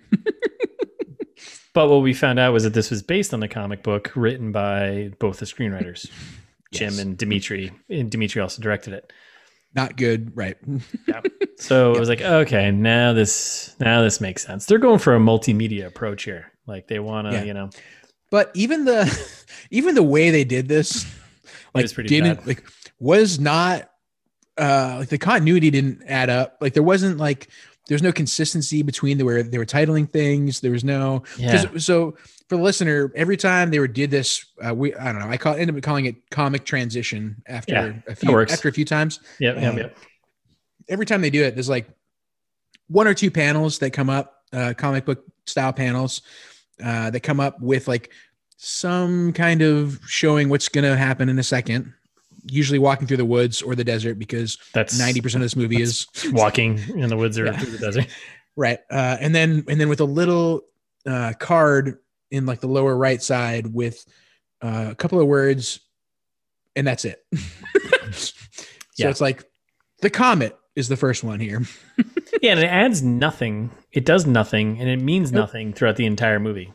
S2: But what we found out was that this was based on a comic book written by both the screenwriters, Jim
S1: Yes.
S2: and Dimitri, and Dimitri also
S1: <laughs>
S2: directed it.
S1: Not good. Right. <laughs>
S2: So it was like, okay, now this now this makes sense. They're going for a multimedia approach here. Like they want to,
S1: Yeah.
S2: you know,
S1: But even the <laughs> even the way they did
S2: <laughs>
S1: this, like
S2: was pretty
S1: didn't
S2: bad.
S1: like was not uh like the continuity didn't add up. Like there wasn't like there's no consistency between the where they were titling things. There was no 'cause-
S2: yeah,
S1: so for the listener, every time they were did this, uh, we I don't know. I call ended up calling it comic transition after
S2: Yeah,
S1: a few
S2: works.
S1: after a few times.
S2: yep, yep,
S1: um,
S2: yep.
S1: Every time they do it, there's like one or two panels that come up, uh, comic book style panels uh, that come up with like some kind of showing what's going to happen in a second. Usually walking through the woods or the desert because
S2: That's
S1: ninety
S2: 90
S1: percent of this movie is
S2: walking in the woods or
S1: Yeah.
S2: through the desert.
S1: right. Uh, and then and then with a little uh, card in like the lower right side with uh, a couple of words, and that's it. <laughs> so
S2: Yeah.
S1: it's like the comet is the first one here.
S2: <laughs> Yeah, and it adds nothing. It does nothing, and it means
S1: Nope.
S2: nothing throughout the entire movie.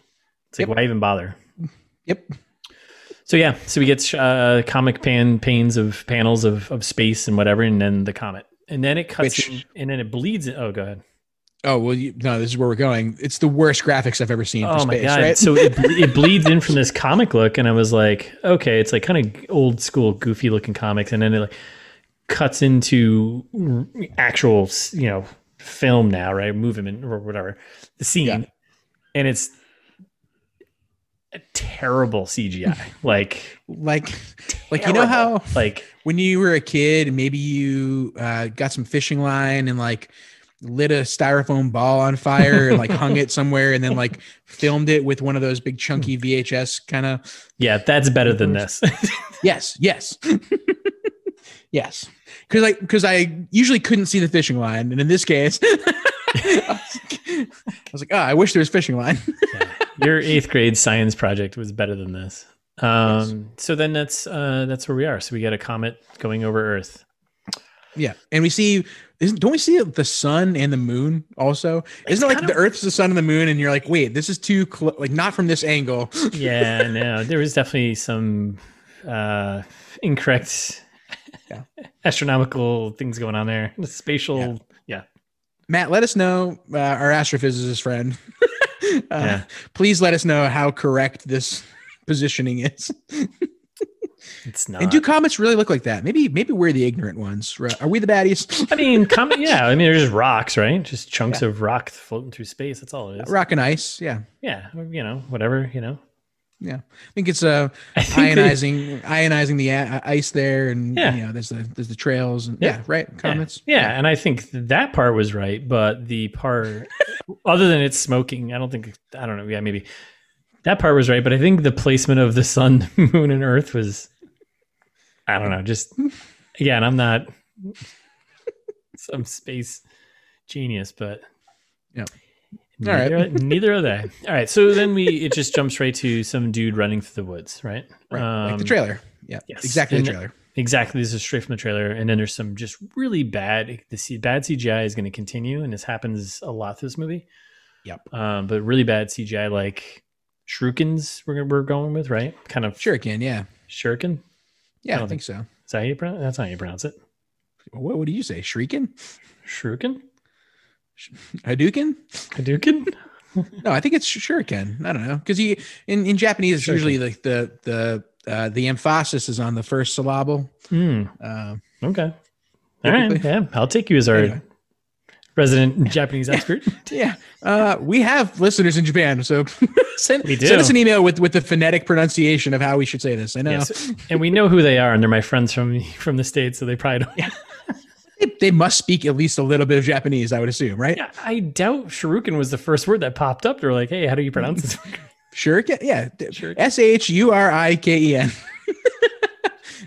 S2: It's like
S1: Yep.
S2: why even bother?
S1: Yep.
S2: So yeah, so we get uh, comic pan panes of panels of of space and whatever, and then the comet, and then it cuts,
S1: Which-
S2: in, and then it bleeds. In, oh, go ahead.
S1: Oh well, you, no, this is where we're going. It's the worst graphics I've ever seen for
S2: Oh my
S1: space,
S2: god!
S1: right?
S2: So
S1: <laughs>
S2: it, ble- it bleeds in from this comic look, and I was like, okay, it's like kind of old school, goofy looking comics, and then it like cuts into r- actual, s- you know, film now, right? Movement or whatever the scene,
S1: Yeah.
S2: and it's a
S1: <laughs>
S2: terrible CGI. like, <laughs>
S1: like, like you know how
S2: terrible. like
S1: when you were a kid, maybe you uh, got some fishing line and like lit a styrofoam ball on fire and like hung
S2: <laughs>
S1: it somewhere and then like filmed it with one of those big chunky VHS kind of.
S2: yeah, that's better than this. <laughs>
S1: Yes, yes. yes. Cuz I cuz I usually couldn't see the fishing line and in this case <laughs> I was like, I was like, "Oh, I wish there was fishing line."
S2: Your eighth grade science project was better than this. Um, so then that's uh, that's where we are. So we got a comet going over Earth.
S1: Yeah, and we see isn't don't we see the sun and the moon also? Isn't it like
S2: kind
S1: the
S2: of-
S1: Earth's the sun and the moon, and you're like, wait, this is too clo- like not from this angle. <gasps>
S2: yeah, no, there was definitely some uh, incorrect
S1: Yeah.
S2: astronomical things going on there. The spatial, yeah.
S1: Matt, let us know, uh, our astrophysicist friend. <laughs> uh,
S2: Yeah.
S1: Please let us know how correct this <laughs> positioning is.
S2: it's not.
S1: and do comets really look like that? Maybe maybe we're the ignorant ones. right? Are we the
S2: <laughs>
S1: baddies?
S2: I
S1: <laughs>
S2: mean, comet, yeah, I mean, they're just rocks, right? Just chunks of rock floating through space. That's all it is.
S1: Rock and ice, yeah.
S2: Yeah, or, you know, whatever, you know. <laughs>
S1: I think it's uh,
S2: I <laughs> think they-
S1: ionizing ionizing the a- ice there, and
S2: Yeah.
S1: you know there's the there's the trails and
S2: Yeah.
S1: yeah, right comets.
S2: Yeah, yeah, and I think that part was right, but the part other than it's smoking, I don't think I don't know. Yeah, maybe that part was right, but I think the placement of the sun, <laughs> moon, and Earth was I don't know. Just again, I'm not <laughs> some space genius, but
S1: Yeah. All right. <laughs>
S2: Neither, neither are they. All right. So then we it just jumps right to some dude running through the woods, right?
S1: Right. like the
S2: Um,
S1: trailer. Yeah.
S2: yes.
S1: Exactly the
S2: And-
S1: trailer.
S2: Exactly. This is straight from the trailer, and then there's some just really bad. The C- bad CGI is going to continue, and this happens a lot through this movie.
S1: Yep.
S2: Um, but really bad CGI, like shurikens. We're we're going with right, kind of
S1: Shuriken. Yeah.
S2: shuriken.
S1: Yeah. I,
S2: don't
S1: think so.
S2: Is that how you pronounce? That's not how you pronounce it.
S1: What, what do you say? Shrieking?
S2: Shuriken,
S1: Hadouken?
S2: Hadouken.
S1: No, I think it's shuriken. I don't know because he in, in Japanese it's
S2: Shuriken.
S1: usually like the the uh, the emphasis is on the first syllable.
S2: Hmm.
S1: Um,
S2: okay. All right.
S1: Typically.
S2: Yeah, I'll take you as our
S1: Anyway.
S2: resident Japanese expert.
S1: <laughs> yeah, uh, we have listeners in Japan, so <laughs> send,
S2: We
S1: send
S2: do.
S1: us an email with with the phonetic pronunciation of how we should say this. I know
S2: Yes. And we know who they are, and they're my friends from from the states, so they probably don't.
S1: they, they must speak at least a little bit of Japanese. I would assume, right?
S2: Yeah, I doubt shuriken was the first word that popped up. They're like, "Hey, how do you
S1: <laughs>
S2: pronounce this?"
S1: Shuriken, yeah,
S2: Shuriken.
S1: S H U R I K E N. <laughs>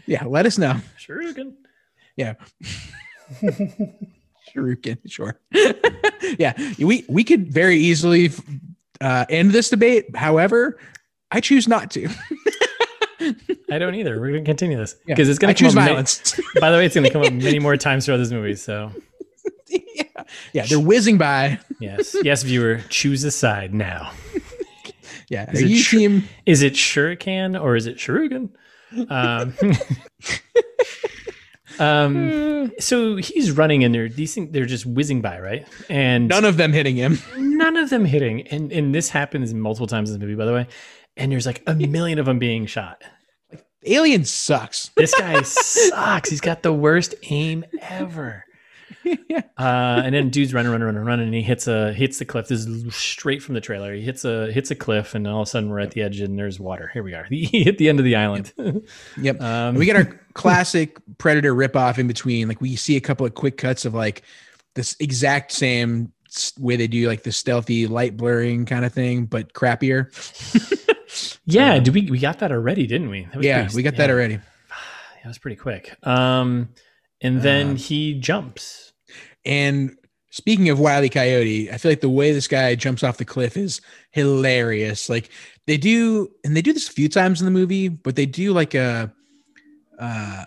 S1: Yeah, let us know.
S2: shuriken.
S1: Shuriken, sure. <laughs> yeah, we we could very easily uh, end this debate. However, I choose not to.
S2: I don't either. We're gonna continue this
S1: Yeah.
S2: because it's
S1: I
S2: gonna come
S1: choose
S2: up. many-
S1: violence.
S2: <laughs> by the way, it's gonna come up many more times throughout this movie. So
S1: yeah. <laughs> yeah, they're whizzing by.
S2: yes, yes, viewer, choose a side now.
S1: Yeah,
S2: Is
S1: Are
S2: it
S1: you
S2: shur-
S1: team?
S2: Is it shuriken or is it shuriken? Um, <laughs> um,
S1: uh,
S2: so he's running, and they're these things. They're just whizzing by, right? And
S1: none of them hitting him.
S2: none of them hitting and and this happens multiple times in the movie by the way and there's like a million of them being shot
S1: Alien sucks.
S2: this guy sucks he's got the worst aim
S1: <laughs>
S2: ever
S1: Yeah.
S2: uh, and then dude's running, running, running, running, and he hits a hits the cliff. This is straight from the trailer. He hits a hits a cliff, and all of a sudden we're at the edge, and there's water. Here we are. <laughs> He hit the end of the island.
S1: Yep.
S2: <laughs> um,
S1: And we get our classic Predator ripoff in between. Like we see a couple of quick cuts of like this exact same s- way they do like the stealthy light blurring kind of thing, but crappier.
S2: yeah, did we we got that already, didn't we? That was
S1: uh, Yeah,
S2: pretty-
S1: we got
S2: yeah,
S1: that already.
S2: That was pretty quick. Um, and then
S1: Uh,
S2: he jumps.
S1: And speaking of Wile E. Coyote, I feel like the way this guy jumps off the cliff is hilarious. Like they do, and they do this a few times in the movie, but they do like a, uh,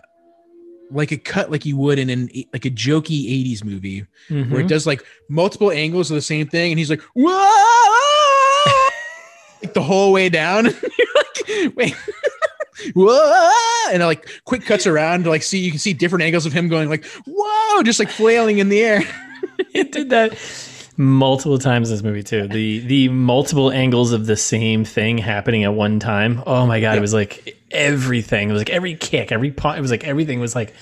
S1: like a cut like you would in an like a jokey 80s movie
S2: Mm-hmm.
S1: where it does like multiple angles of the same thing, and he's like, "Whoa!" like the whole way down. <laughs> You're like, wait, <laughs> whoa! And like quick cuts around to like see you can see different angles of him going like, "Whoa!" Just like flailing in the air.
S2: <laughs> it did that multiple times in this movie too. The the multiple angles of the same thing happening at one time. Oh my god, it was like everything. It was like every kick, every paw. It was like everything was like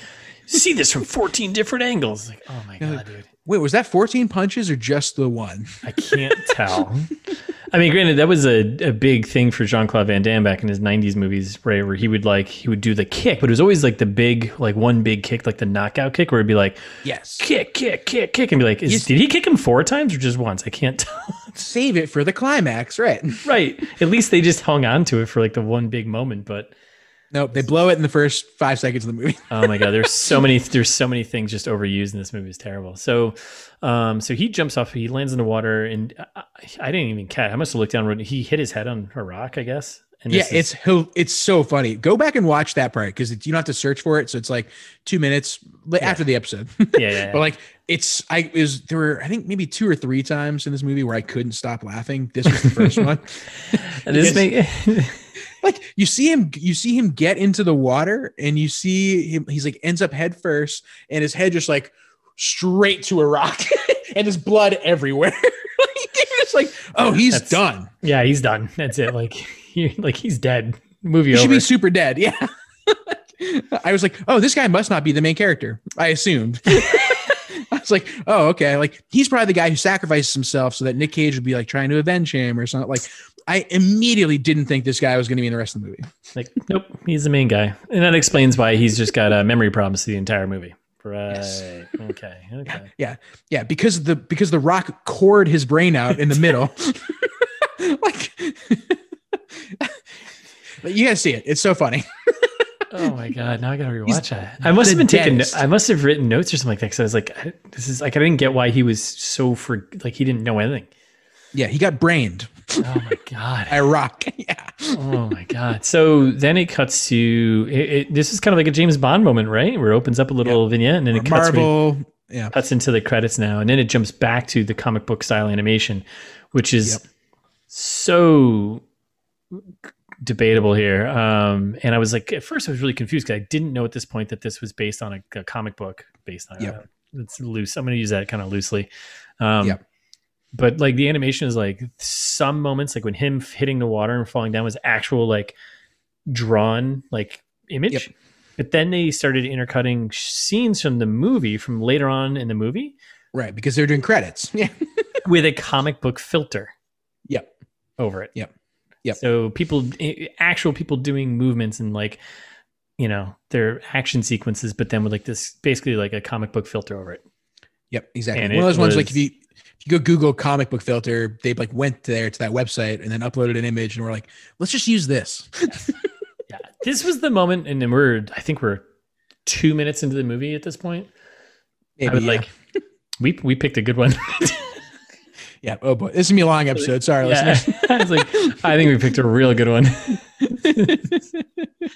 S2: see this from 14 different angles. Like, oh my god, dude.
S1: Wait, was that 14 punches or just the one?
S2: I can't tell. I mean, granted, that was a, a big thing for Jean Claude Van Damme back in his '90s movies, right? Where he would like he would do the kick, but it was always like the big, like one big kick, like the knockout kick, where it'd be like
S1: Yes.
S2: kick, kick, kick, kick, and be like,
S1: Yes.
S2: is, did he kick him four times or just once? I can't tell.
S1: Save it for the climax, right?
S2: right. At least they just hung on to it for like the one big moment. But
S1: Nope, they blow it in the first five seconds of the movie.
S2: oh my god, there's so many there's so many things just overused in this movie. It's terrible. So, um, so he jumps off. He lands in the water, and uh, I, I didn't even catch. I must have looked down. He hit his head on a rock, I guess. And
S1: Yeah,
S2: this is-
S1: it's hil- it's so funny. Go back and watch that part because you don't have to search for it. So it's like two minutes li- after the episode. <laughs>
S2: yeah, yeah,
S1: But
S2: yeah.
S1: like it's I is there were I think maybe two or three times in this movie where I couldn't stop laughing. This was the
S2: <laughs>
S1: first one.
S2: And this thing-
S1: Like you see him you see him get into the water and you see him he's like ends up head first and his head just like straight to a rock <laughs> and there's blood everywhere. <laughs> Like, you're just like, oh, he's
S2: That's-
S1: done.
S2: <laughs> yeah, he's done. That's it. Like, he, like he's dead. Movie
S1: He should
S2: over.
S1: be super dead. <laughs> Yeah. I was like, oh, this guy must not be the main character. I assumed. <laughs> I was like, oh, okay. Like he's probably the guy who sacrifices himself so that Nick Cage would be like trying to avenge him or something. Like I immediately didn't think this guy was going to be in the rest of the movie.
S2: like, nope, he's the main guy, and that explains why he's just got uh, memory problems the entire movie. Right.
S1: Yes.
S2: Okay. Okay.
S1: Yeah, because the because the rock cored his brain out in the
S2: <laughs>
S1: middle. like But you gotta see it. It's so funny.
S2: Oh my god! Now I gotta rewatch it.
S1: the
S2: I must have been taking.
S1: dentist.
S2: I must have written notes or something like that. Because I was like, I, this is like I didn't get why he was so for like he didn't know anything.
S1: Yeah, he got brained
S2: Oh my god.
S1: by a rock. <laughs> yeah.
S2: <laughs> Oh my god. So then it cuts to it, it, this is kind of like a James Bond moment, right? Where it opens up a little vignette and then it cuts, re-
S1: Marvel. yeah.
S2: cuts into the credits now, and then it jumps back to the comic book style animation, which is so debatable here. Um, and I was like, at first, I was really confused because I didn't know at this point that this was based on a, a comic book based on.
S1: Yep.
S2: uh, it's loose. I'm going to use that kind of loosely. Um,
S1: Yep.
S2: But like the animation is like some moments, like when him f- hitting the water and falling down was actual like drawn like image.
S1: Yep.
S2: But then they started intercutting sh- scenes from the movie from later on in the movie
S1: Right, because they're doing credits. Yeah.
S2: with a comic book filter.
S1: Yep.
S2: Over it.
S1: Yep. Yep.
S2: So people, i- actual people doing movements and like, you know, their action sequences, but then with like this, basically like a comic book filter over it.
S1: Yep, exactly.
S2: And
S1: One of
S2: it
S1: those ones like if
S2: was-
S1: you if you go Google comic book filter, they like went there to that website and then uploaded an image and we're like, let's just use this.
S2: Yeah. This was the moment, and then we're, I think we're two minutes into the movie at this point. I
S1: Maybe,
S2: would
S1: yeah.
S2: like, we we picked a good one.
S1: yeah. Oh boy, this is me a long episode. Sorry,
S2: Yeah. <laughs>
S1: listeners.
S2: I was like, I think we picked a real good one. <laughs>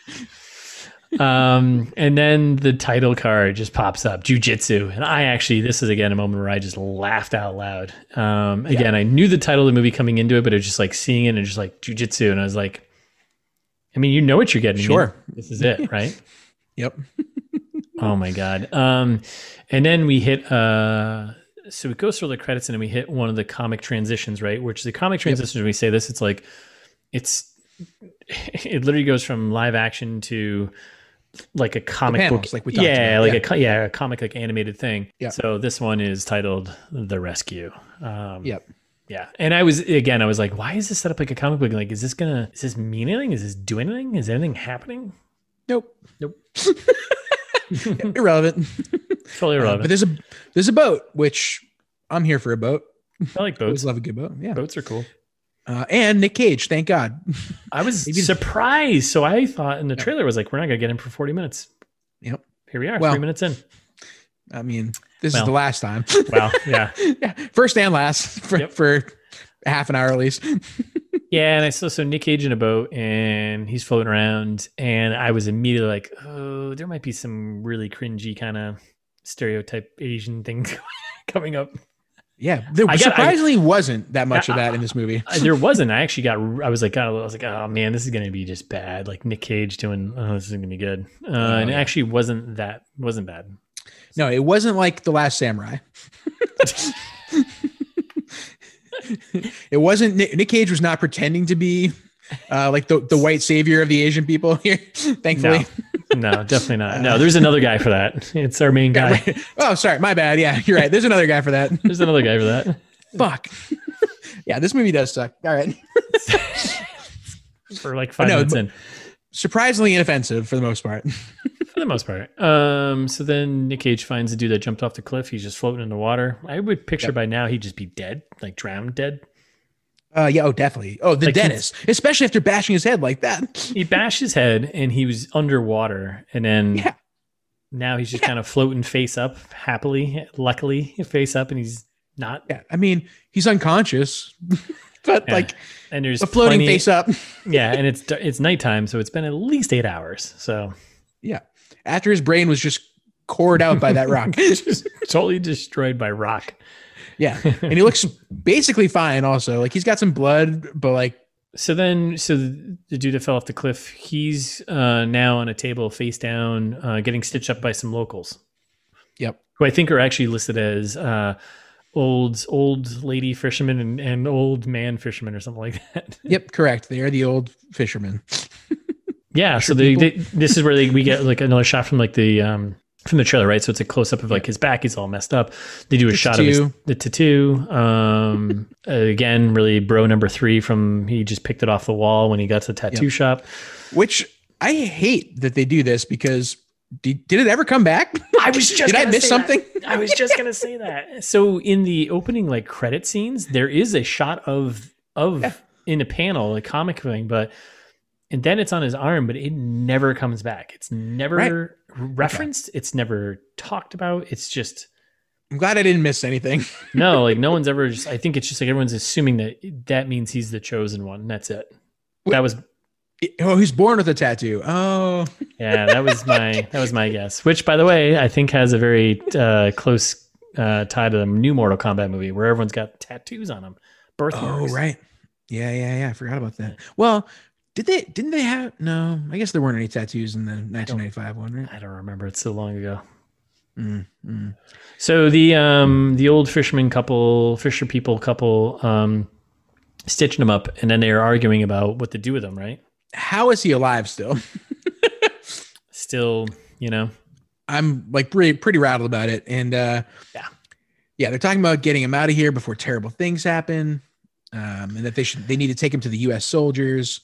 S2: um, and then the title card just pops up, jujitsu. And I actually, this is again a moment where I just laughed out loud. Um, again, I knew the title of the movie coming into it, but it was just like seeing it and just like jujitsu. And I was like, I mean, you know what you're getting. man.
S1: Sure.
S2: This is it, right?
S1: Yep.
S2: Oh my god. Um, and then we hit uh, so it goes through the credits and then we hit one of the comic transitions, right? Which the comic transitions when we say this, it's like it's <laughs> it literally goes from live action to like a comic
S1: panels,
S2: book,
S1: like we talked
S2: yeah,
S1: about,
S2: like
S1: yeah.
S2: a co- yeah, a comic like animated thing.
S1: Yeah.
S2: So this one is titled "The Rescue." Um,
S1: Yep.
S2: yeah. And I was again, I was like, why is this set up like a comic book? Like, is this gonna is this mean anything? Is this do anything? Is anything happening?
S1: Nope. <laughs>
S2: Nope.
S1: Yeah, irrelevant. <laughs>
S2: Totally
S1: Uh,
S2: irrelevant.
S1: but there's a there's a boat, which I'm here for a boat.
S2: I like
S1: Always
S2: boats.
S1: love a good boat. Yeah.
S2: Boats are cool.
S1: Uh, and Nick Cage, thank God.
S2: I was
S1: Maybe-
S2: surprised. So I thought in the
S1: Yeah.
S2: trailer was like, we're not gonna get in for 40 minutes.
S1: Yep.
S2: Here we are,
S1: Well-
S2: three minutes in.
S1: I mean, this is
S2: Well.
S1: the last time.
S2: Wow. <laughs> Yeah.
S1: <laughs> yeah. First and last for,
S2: Yep.
S1: for half an hour at least.
S2: yeah. And I saw so Nick Cage in a boat and he's floating around. And I was immediately like, oh, there might be some really cringy kind of stereotype Asian thing <laughs> coming up.
S1: Yeah. There
S2: I got- I-
S1: surprisingly wasn't that
S2: <laughs>
S1: much of that in this movie.
S2: Uh, There wasn't. I actually got, I was like, got a little- I was like, oh man, this is going to be just bad. Like Nick Cage doing, oh, this is going to be good. Uh, and it
S1: yeah.
S2: actually wasn't that, wasn't bad.
S1: No, it wasn't like The Last Samurai. <laughs> it wasn't Nick, Nick Cage was not pretending to be uh, like the, the white savior of the Asian people here, <laughs> thankfully.
S2: No, definitely not. <laughs> No, there's another guy for that. It's our main guy.
S1: <laughs> Oh, sorry, my bad. Yeah, you're right. There's another guy for
S2: <laughs>
S1: that.
S2: There's another guy
S1: <laughs>
S2: for that.
S1: Fuck. yeah, this movie does suck. All right.
S2: For like five
S1: No,
S2: minutes
S1: but-
S2: in,
S1: Surprisingly inoffensive for the most part.
S2: for the most part. Um, so then Nick Cage finds a dude that jumped off the cliff. He's just floating in the water. I would picture
S1: Yep.
S2: by now he'd just be dead, like drowned dead.
S1: Uh, yeah, oh, definitely. Oh, the
S2: Like,
S1: dentist, especially after bashing his head like that. <laughs>
S2: He bashed his head and he was underwater, and then
S1: Yeah.
S2: now he's just kind of floating face up, happily, luckily face up, and he's not.
S1: Yeah, I mean, he's unconscious, <laughs> but
S2: Yeah.
S1: like
S2: And there's
S1: a floating
S2: plenty-
S1: face up.
S2: Yeah, and it's dar- it's nighttime, so it's been at least eight hours.
S1: <laughs>
S2: So
S1: Yeah. After his brain was just cored out by that
S2: <laughs>
S1: rock. <laughs>
S2: just totally destroyed by rock.
S1: yeah. And he looks basically fine also. Like he's got some blood, but like
S2: so then so the the dude that fell off the cliff he's uh now on a table face down uh getting stitched up by some locals
S1: yep.
S2: who i think are actually listed as uh old old lady fishermen and, and old man fishermen or something like that <laughs>
S1: Yep, correct. They are the old fishermen.
S2: yeah so they, they this is where they, we get like another shot from like the um from the trailer right so it's a close-up of like his back he's all messed up they do a shot of
S1: tattoo.
S2: his, the tattoo um <laughs> uh, again really bro number three from he just picked it off the wall when he got to the tattoo shop
S1: Which I hate that they do this because did, did it ever come back?
S2: <laughs> I was just.
S1: Did I
S2: gonna
S1: miss
S2: say
S1: something?
S2: that. I was just gonna say that. <laughs> So in the opening like credit scenes, there is a shot of of
S1: Yeah.
S2: in a panel, a comic thing, but and then it's on his arm, but it never comes back. It's never referenced. It's never talked about. It's just
S1: I'm glad I didn't miss anything.
S2: no, like no one's ever. Just, I think it's just like everyone's assuming that that means he's the chosen one. And that's it. That was
S1: Oh, he's born with a tattoo. Oh,
S2: yeah. That was <laughs> my that was my guess. Which, by the way, I think has a very uh, close uh, tie to the new Mortal Kombat movie where everyone's got tattoos on them.
S1: oh,
S2: Birthmarks.
S1: right. Yeah, yeah, yeah. I forgot about that. Well, did they? Didn't they have? No, I guess there weren't any tattoos in the 1995 one, right?
S2: I don't remember. It's so long ago.
S1: Mm, mm.
S2: So the um the old fisherman couple, fisher people couple, um, stitching them up, and then they are arguing about what to do with them. Right?
S1: How is he alive still?
S2: Still, you know,
S1: I'm like pretty pretty rattled about it. And uh
S2: Yeah.
S1: Yeah, they're talking about getting him out of here before terrible things happen. Um, and that they should they need to take him to the US soldiers,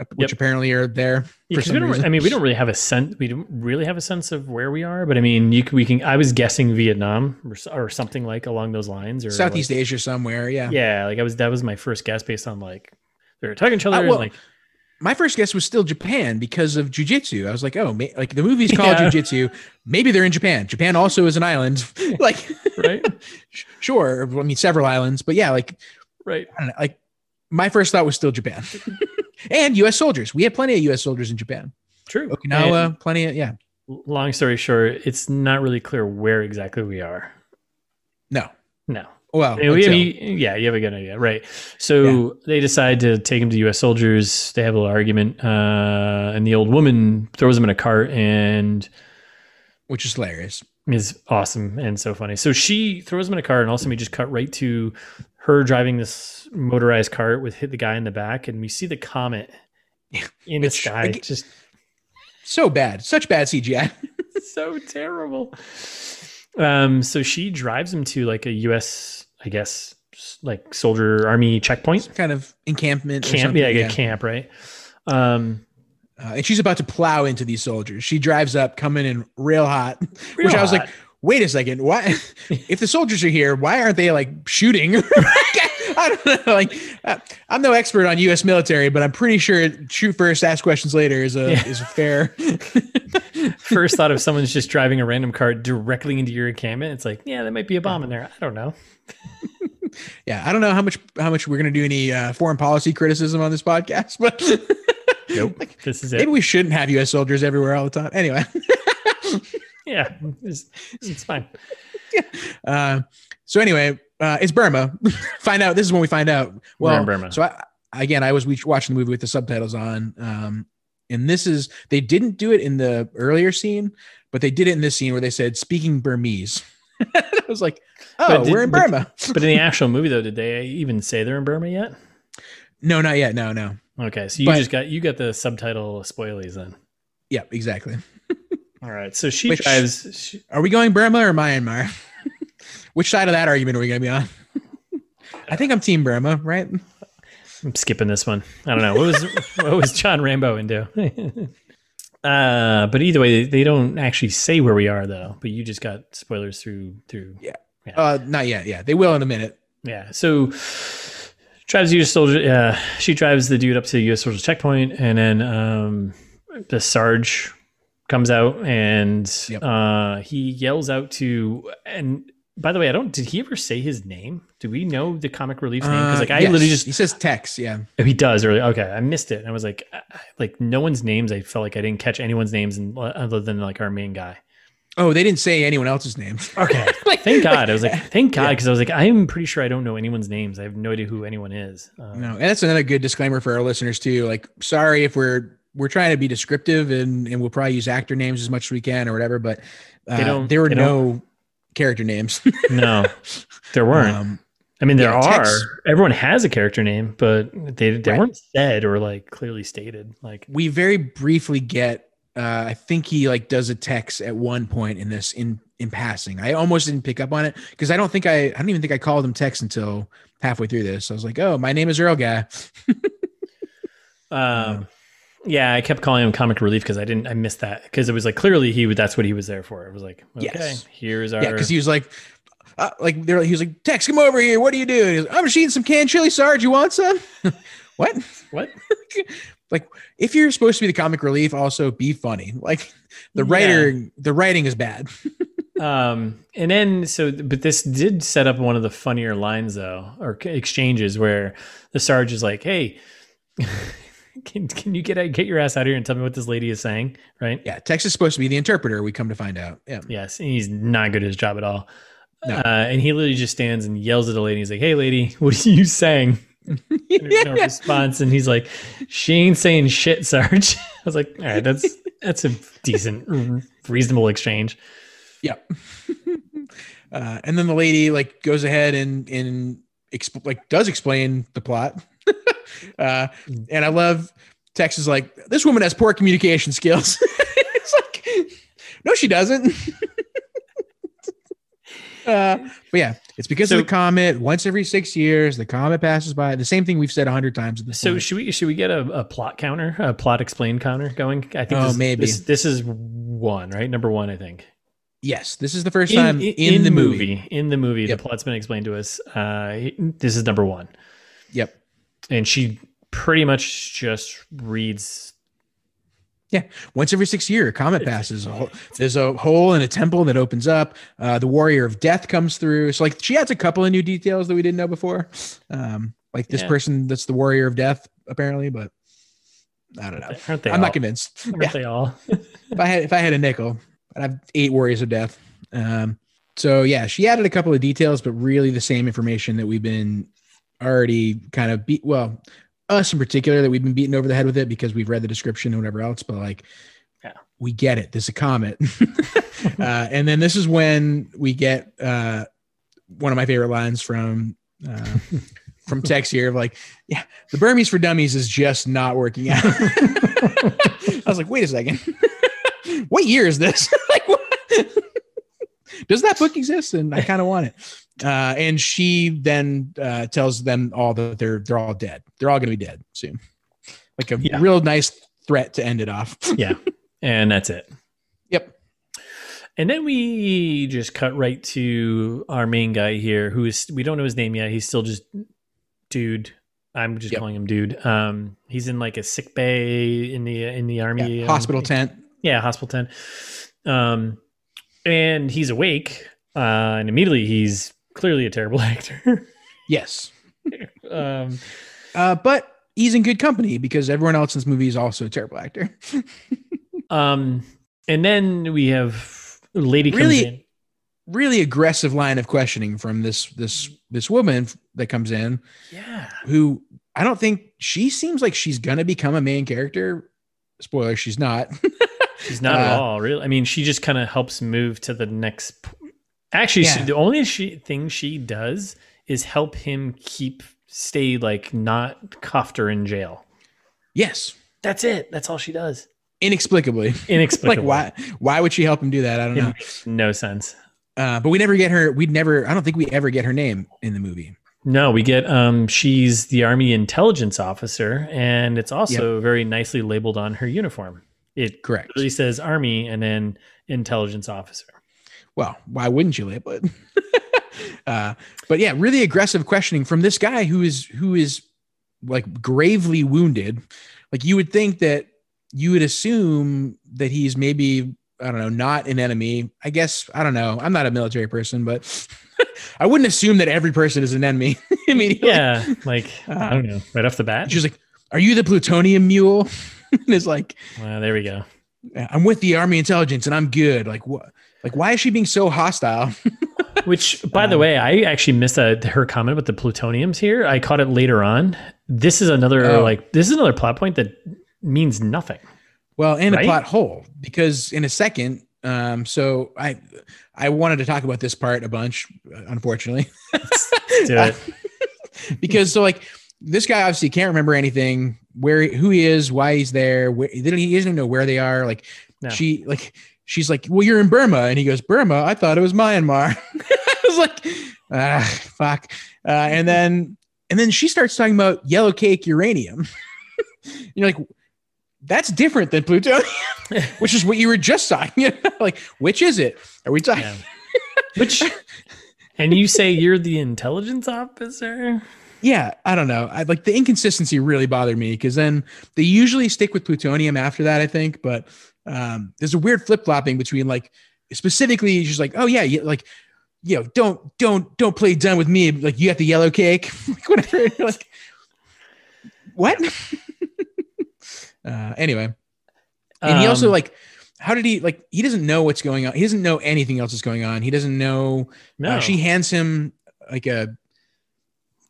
S1: uh, which
S2: Yep.
S1: apparently are there.
S2: Yeah, 'cause
S1: some
S2: we don't,
S1: reason.
S2: I mean, we don't really have a sense. We don't really have a sense of where we are, but I mean, you can, we can. I was guessing Vietnam or, s- or something like along those lines, or like-
S1: Southeast Asia somewhere, yeah.
S2: yeah, like I was. That was my first guess based on like they were talking to each other.
S1: Uh,
S2: and,
S1: well,
S2: like
S1: My first guess was still Japan because of jujitsu. I was like, oh, ma- like the movie's called
S2: <laughs> Yeah.
S1: jujitsu. Maybe they're in Japan. Japan also is an
S2: <laughs>
S1: island. like,
S2: right, <laughs>
S1: sh- sure, I mean several islands, but yeah, like
S2: right.
S1: I don't know, like my first thought was still
S2: <laughs>
S1: Japan and U.S. soldiers. We had plenty of U.S. soldiers in Japan.
S2: True.
S1: Okinawa,
S2: And
S1: plenty of yeah.
S2: long story short, it's not really clear where exactly we are.
S1: No,
S2: No.
S1: well,
S2: Yeah, we- I
S1: until-
S2: mean, yeah, you have e- a good idea, right? So they decide to take him to U.S. soldiers. They have a little argument, uh, and the old woman throws him in a cart and
S1: which is hilarious.
S2: is awesome and so funny. So she throws him in a cart, and also we just cut right to her driving this motorized cart with hit the guy in the back, and we see the comet in the
S1: Which,
S2: sky.
S1: again- <laughs>
S2: just
S1: So bad, such bad CGI.
S2: so terrible. Um, so she drives him to like a U.S. I guess s- like soldier army checkpoint
S1: Some <laughs> kind of encampment. or
S2: camp.
S1: something,
S2: Yeah, like a camp, right? Um,
S1: Uh, and she's about to plow into these soldiers. She drives up, coming in real hot. <laughs> which I was like, wait a second, why? <laughs> if the soldiers are here, why aren't they like shooting? <laughs> I don't know. <laughs> Like, uh, I'm no expert on U.S. military, but I'm pretty sure shoot first, ask questions later is a
S2: Yeah.
S1: is a fair. <laughs>
S2: first thought of someone's just driving a random car directly into your encampment. It's like, yeah, there might be a
S1: Uh-huh.
S2: bomb in there. I don't know.
S1: Yeah, I don't know how much how much we're gonna do any uh, foreign policy criticism on this podcast, but <laughs>
S2: Nope. This is it.
S1: maybe we shouldn't have U.S. soldiers everywhere all the time. Anyway, <laughs>
S2: yeah, it's, it's fine.
S1: uh, so anyway, uh, it's Burma. <laughs> find out. This is when we find out. Well,
S2: We're in Burma.
S1: So I, again, I was we- watching the movie with the subtitles on, um, and this is they didn't do it in the earlier scene, but they did it in this scene where they said speaking Burmese. <laughs> I was like, oh,
S2: But did-
S1: we're in
S2: but-
S1: Burma.
S2: But in the actual movie, though, did they even say they're in Burma yet?
S1: no, not yet. No, no.
S2: Okay, so you
S1: But-
S2: just got you got the subtitle spoilies then.
S1: Yeah, exactly.
S2: All right, so she
S1: Which-
S2: drives. She,
S1: Are we going Burma or Myanmar? <laughs> Which side of that argument are we going to be on? <laughs> I think I'm Team Burma, right?
S2: I'm skipping this one. I don't know what was
S1: <laughs>
S2: what was John Rambo into. uh, but either way, they don't actually say where we are though. But you just got spoilers through through.
S1: Uh, not yet. Yeah, they will in a minute.
S2: Yeah, so drives the U.S. soldier. Uh, she drives the dude up to the U.S. soldier checkpoint, and then um, the sarge comes out, and
S1: Yep.
S2: uh, he yells out to. And by the way, I don't. Did he ever say his name? Do we know the comic relief's name? Because like I
S1: Uh, yes.
S2: literally just oh,
S1: he says Tex. Yeah.
S2: he does really okay. I missed it. And I was like, I, I- like no one's names. I felt like I didn't catch anyone's names and, uh, other than like our main guy.
S1: Oh, they didn't say anyone else's name.
S2: <laughs> Okay,
S1: Like- <laughs>
S2: thank God. I was like, thank God,
S1: Yeah.
S2: because I was like, I'm pretty sure I don't know anyone's names. I have no idea who anyone is. Um,
S1: No, and that's another good disclaimer for our listeners too. Like, sorry if we're we're trying to be descriptive and and we'll probably use actor names as much as we can or whatever, but uh,
S2: They don't-
S1: there were
S2: they
S1: no
S2: don't-
S1: character names.
S2: no,
S1: <laughs>
S2: there <laughs> weren't.
S1: um,
S2: I mean, there
S1: yeah,
S2: are.
S1: Tex-
S2: Everyone has a character name, but they they
S1: Right.
S2: weren't said or like clearly stated. Like,
S1: we very briefly get. Uh, I think he like does a text at one point in this in in passing. I almost didn't pick up on it because I don't think I I don't even think I called him text until halfway through this. I was like, oh, my name is Earl Guy.
S2: um, yeah, I kept calling him comic relief because I didn't. I missed that because it was like clearly he. would- That's what he was there for. It was like, okay,
S1: Yes.
S2: here's our.
S1: Yeah, because he was like, uh, like they're like, he was like, Tex, come over here. What are you doing? He was, I'm just eating some canned chili, Sarge. You want some? <laughs> what?
S2: <laughs>
S1: <laughs>
S2: what?
S1: If you're supposed to be the comic relief, also be funny. <laughs> Like the
S2: Yeah.
S1: writer, the writing is bad.
S2: um, and then so, but this did set up one of the funnier lines though, or c- exchanges where the Sarge is like, "Hey, <laughs> can can you get out- get your ass out of here and tell me what this lady is saying?" Right?
S1: Yeah, Tex is supposed to be the interpreter. We come to find out.
S2: <laughs>
S1: Yeah,
S2: Yes, and he's not good at his job at all.
S1: No.
S2: Uh, and he literally just stands and yells at the lady. He's like, "Hey, lady, <laughs> what are you saying?" And there's no <laughs> response, and he's like, "She ain't saying shit, Sarge." <laughs> I was like, "All right, that's that's a decent, reasonable exchange."
S1: uh, and then the lady like goes ahead and and exp- like does explain the plot. <laughs> uh, and I love Tex is like this woman has poor communication skills. <laughs> it's like no, she doesn't. <laughs> uh, but yeah, it's because
S2: So-
S1: of the comet. Once every six years, the comet passes by. The same thing we've said a hundred times. At this
S2: So
S1: point.
S2: should we should we get a, a plot counter, a plot explain counter going? I think
S1: Oh,
S2: this,
S1: maybe.
S2: this, this is one right number one. I think
S1: yes, this is the first time in, the movie.
S2: in the movie
S1: Yep.
S2: the plot's been explained to us. Uh, this is number one,
S1: Yep.
S2: and she pretty much just reads.
S1: Once every six year, a comet passes. A whole- There's a hole in a temple that opens up. Uh, the warrior of death comes through. So like she adds a couple of new details that we didn't know before. Um, like this
S2: Yeah.
S1: person that's the warrior of death apparently, but I don't know.
S2: Aren't they?
S1: I'm
S2: all?
S1: not
S2: <laughs>
S1: convinced.
S2: Aren't
S1: Yeah,
S2: they all?
S1: if I had if I had a nickel, I'd have eight warriors of death. Um, so yeah, she added a couple of details, but really the same information that we've been already kind of beat. Well, us in particular that we've been beaten over the head with it because we've read the description and whatever else. But like,
S2: Yeah.
S1: we get it. This is a comet. <laughs> uh, and then this is when we get uh, one of my favorite lines from. Uh, From Tex here, of like, yeah, the Burmese for Dummies is just not working out. <laughs> I was like, wait a second <laughs> what year is this? <laughs> like, what? does that book exist? And I kind of want it. Uh, and she then uh, tells them all that they're they're all dead. They're all going to be dead soon. Like a
S2: Yeah.
S1: real nice threat to end it off. <laughs>
S2: yeah, and that's it.
S1: Yep.
S2: And then we just cut right to our main guy here, who is we don't know his name yet. He's still just dude. I'm just
S1: Yep.
S2: calling him dude. Um, he's in like a sick bay in the in the
S1: Yeah,
S2: army um,
S1: Hospital tent.
S2: Yeah, hospital tent. Um, and he's awake. Uh, and immediately he's clearly a terrible <laughs> actor.
S1: Yes.
S2: um,
S1: Uh, but he's in good company because everyone else in this movie is also a terrible actor.
S2: um, and then we have a lady comes
S1: Really-
S2: in.
S1: really aggressive line of questioning from this this this woman that comes in
S2: Yeah.
S1: who I don't think she seems like she's gonna become a main character. Spoiler, she's not. <laughs>
S2: She's not at
S1: Uh,
S2: all, really. I mean, she just kind of helps move to the next. p- Actually, she,
S1: Yeah.
S2: the only she, thing she does is help him keep stay like not cuffed or in jail.
S1: yes,
S2: That's it. That's all she does.
S1: inexplicably. <laughs> like
S2: Inexplicable.
S1: why? Why would she help him do that? I don't
S2: It
S1: know.
S2: makes no sense.
S1: Uh, but we never get her. We'd never. I don't think we ever get her name in the movie.
S2: No, we get um she's the army intelligence officer, and it's also very nicely labeled on her uniform. It
S1: Correct.
S2: really says army and then
S1: <laughs>
S2: intelligence officer.
S1: Well, why wouldn't you label it? <laughs> uh, but yeah, really aggressive questioning from this guy who is who is like gravely wounded. Like you would think that you would assume that he's maybe I don't know, not an enemy. I guess I don't know. I'm not a military person, but <laughs> I wouldn't assume that every person is an enemy <laughs> immediately.
S2: Yeah, like
S1: Uh,
S2: I don't know, right off the bat.
S1: She's like, "Are you the plutonium mule?" <laughs> and it's like,
S2: Well, there we go.
S1: <laughs> "I'm with the army intelligence, and I'm good." Like what? Like why is she being so hostile?
S2: Which, by the
S1: Um,
S2: way, I actually missed uh her comment about the plutoniums here. I caught it later on. This is another
S1: Oh.
S2: like this is another plot point that means nothing.
S1: Well, and
S2: Right?
S1: a plot hole because in a second. Um, so I, I wanted to talk about this part a bunch, uh, unfortunately,
S2: To it.
S1: <laughs> because so like this guy obviously can't remember anything where who he is, why he's there. Where, he doesn't even know where they are. Like
S2: No.
S1: she like she's like, well, you're in Burma, and he goes, Burma. I thought it was Myanmar. <laughs> I was like, ah, fuck. Uh, and then and then she starts talking about yellow cake uranium. <laughs> you're like, that's different than plutonium, <laughs> which is what you were just talking. <laughs> about. like, which is it? Are we talking?
S2: Yeah. Which, and you say you're the intelligence officer?
S1: yeah i don't know i like the inconsistency really bothered me because then they usually stick with plutonium after that i think but um there's a weird flip-flopping between like specifically she's like oh yeah, yeah like you know don't don't don't play dumb with me like you got the yellow cake <laughs> like whatever And you're like what <laughs> uh anyway and he also
S2: Um,
S1: like how did he like he doesn't know what's going on he doesn't know anything else is going on he doesn't know
S2: no.
S1: uh, she hands him like a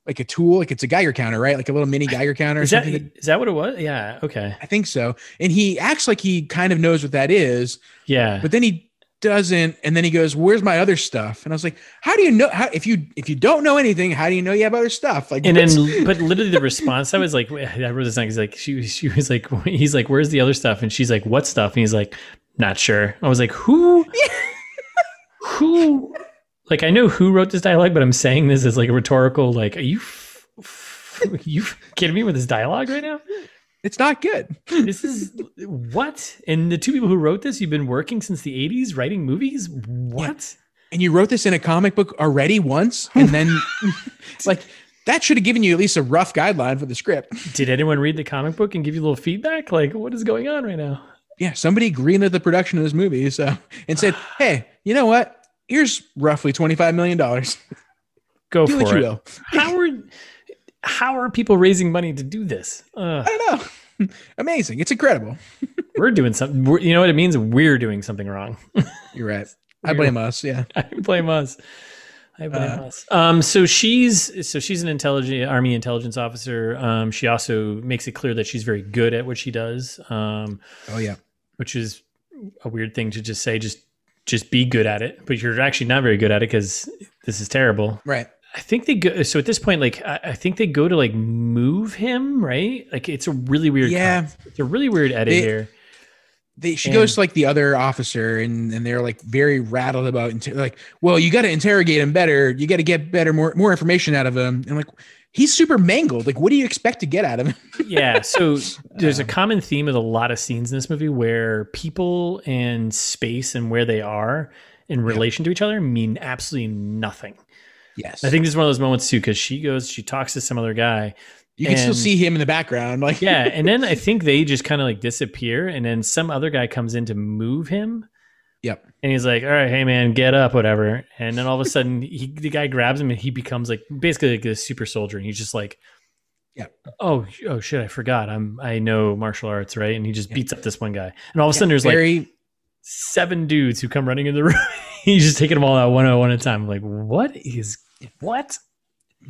S1: like a tool like it's a geiger counter right like a little mini geiger counter or
S2: is that
S1: something
S2: is that what it was? Yeah. Okay.
S1: I think so. And he acts like he kind of knows what that is,
S2: Yeah.
S1: but then he doesn't. And then he goes, "Where's my other stuff?" And I was like, "How do you know? How, if you if you don't know anything, how do you know you have other stuff?" Like,
S2: and
S1: what's-
S2: then, but literally the response I was like, <laughs> I wrote this down. He's like, she, she was like, <laughs> he's like, where's the other stuff? And she's like, what stuff? And he's like, not sure. I was
S1: <laughs>
S2: like, who, who, like, I know who wrote this dialogue, but I'm saying this as like a rhetorical, like, are you, f- f- you kidding me with this dialogue right now?
S1: it's not good.
S2: This is what? And the two people who wrote this, you've been working since the 80s writing movies? What?
S1: And you wrote this in a comic book already once, and
S2: <laughs>
S1: then like that should have given you at least a rough guideline for the script.
S2: Did anyone read the comic book and give you a little feedback? Like, what is going on right now?
S1: Yeah, somebody greenlit the production of this movie, so and
S2: <sighs>
S1: said, "Hey, you know what? Here's roughly twenty five million dollars.
S2: Go
S1: Do
S2: for
S1: what
S2: it.
S1: you will."
S2: how are how are people raising money to do this? Uh,
S1: I don't know. <laughs> Amazing. It's incredible.
S2: we're doing something. We're, you know what it means? We're doing something wrong. <laughs>
S1: You're right. I blame us. Yeah.
S2: I blame us. I blame
S1: Uh,
S2: us. Um, so she's so she's an intelligent army intelligence officer. Um, she also makes it clear that she's very good at what she does, um,
S1: Oh yeah.
S2: which is a weird thing to just say. Just just be good at it, but you're actually not very good at it because this is terrible.
S1: Right.
S2: I think they go. So at this point, like I, I think they go to like move him, right? Like it's a really weird.
S1: Yeah.
S2: concept. it's a really weird edit
S1: They-
S2: here.
S1: They, she
S2: And-
S1: goes to like the other officer and, and they're like very rattled about inter- like, well, you got to interrogate him better. You got to get better, more, more information out of him. And like, he's super mangled. Like, what do you expect to get out of him?
S2: yeah.
S1: <laughs>
S2: So there's a
S1: Um,
S2: common theme with a lot of scenes in this movie where people and space and where they are in relation to each other mean absolutely nothing.
S1: Yes.
S2: I think this is one of those moments too because she goes, she talks to some other guy,
S1: you can still
S2: and-
S1: see him in the background. Like,
S2: yeah and
S1: <laughs>
S2: then i think they just kind of like disappear and then some other guy comes in to move him
S1: Yep.
S2: and he's like all right hey man get up whatever and then all of a sudden he the guy grabs him and he becomes like basically like a super soldier and he's just like
S1: Yep.
S2: oh oh shit i forgot i'm i know martial arts right and he just
S1: Yeah.
S2: beats up this one guy and all of a sudden there's like
S1: very,
S2: seven dudes who come running in the room <laughs> he's just taking them all out one at one at a time I'm like what is what <laughs>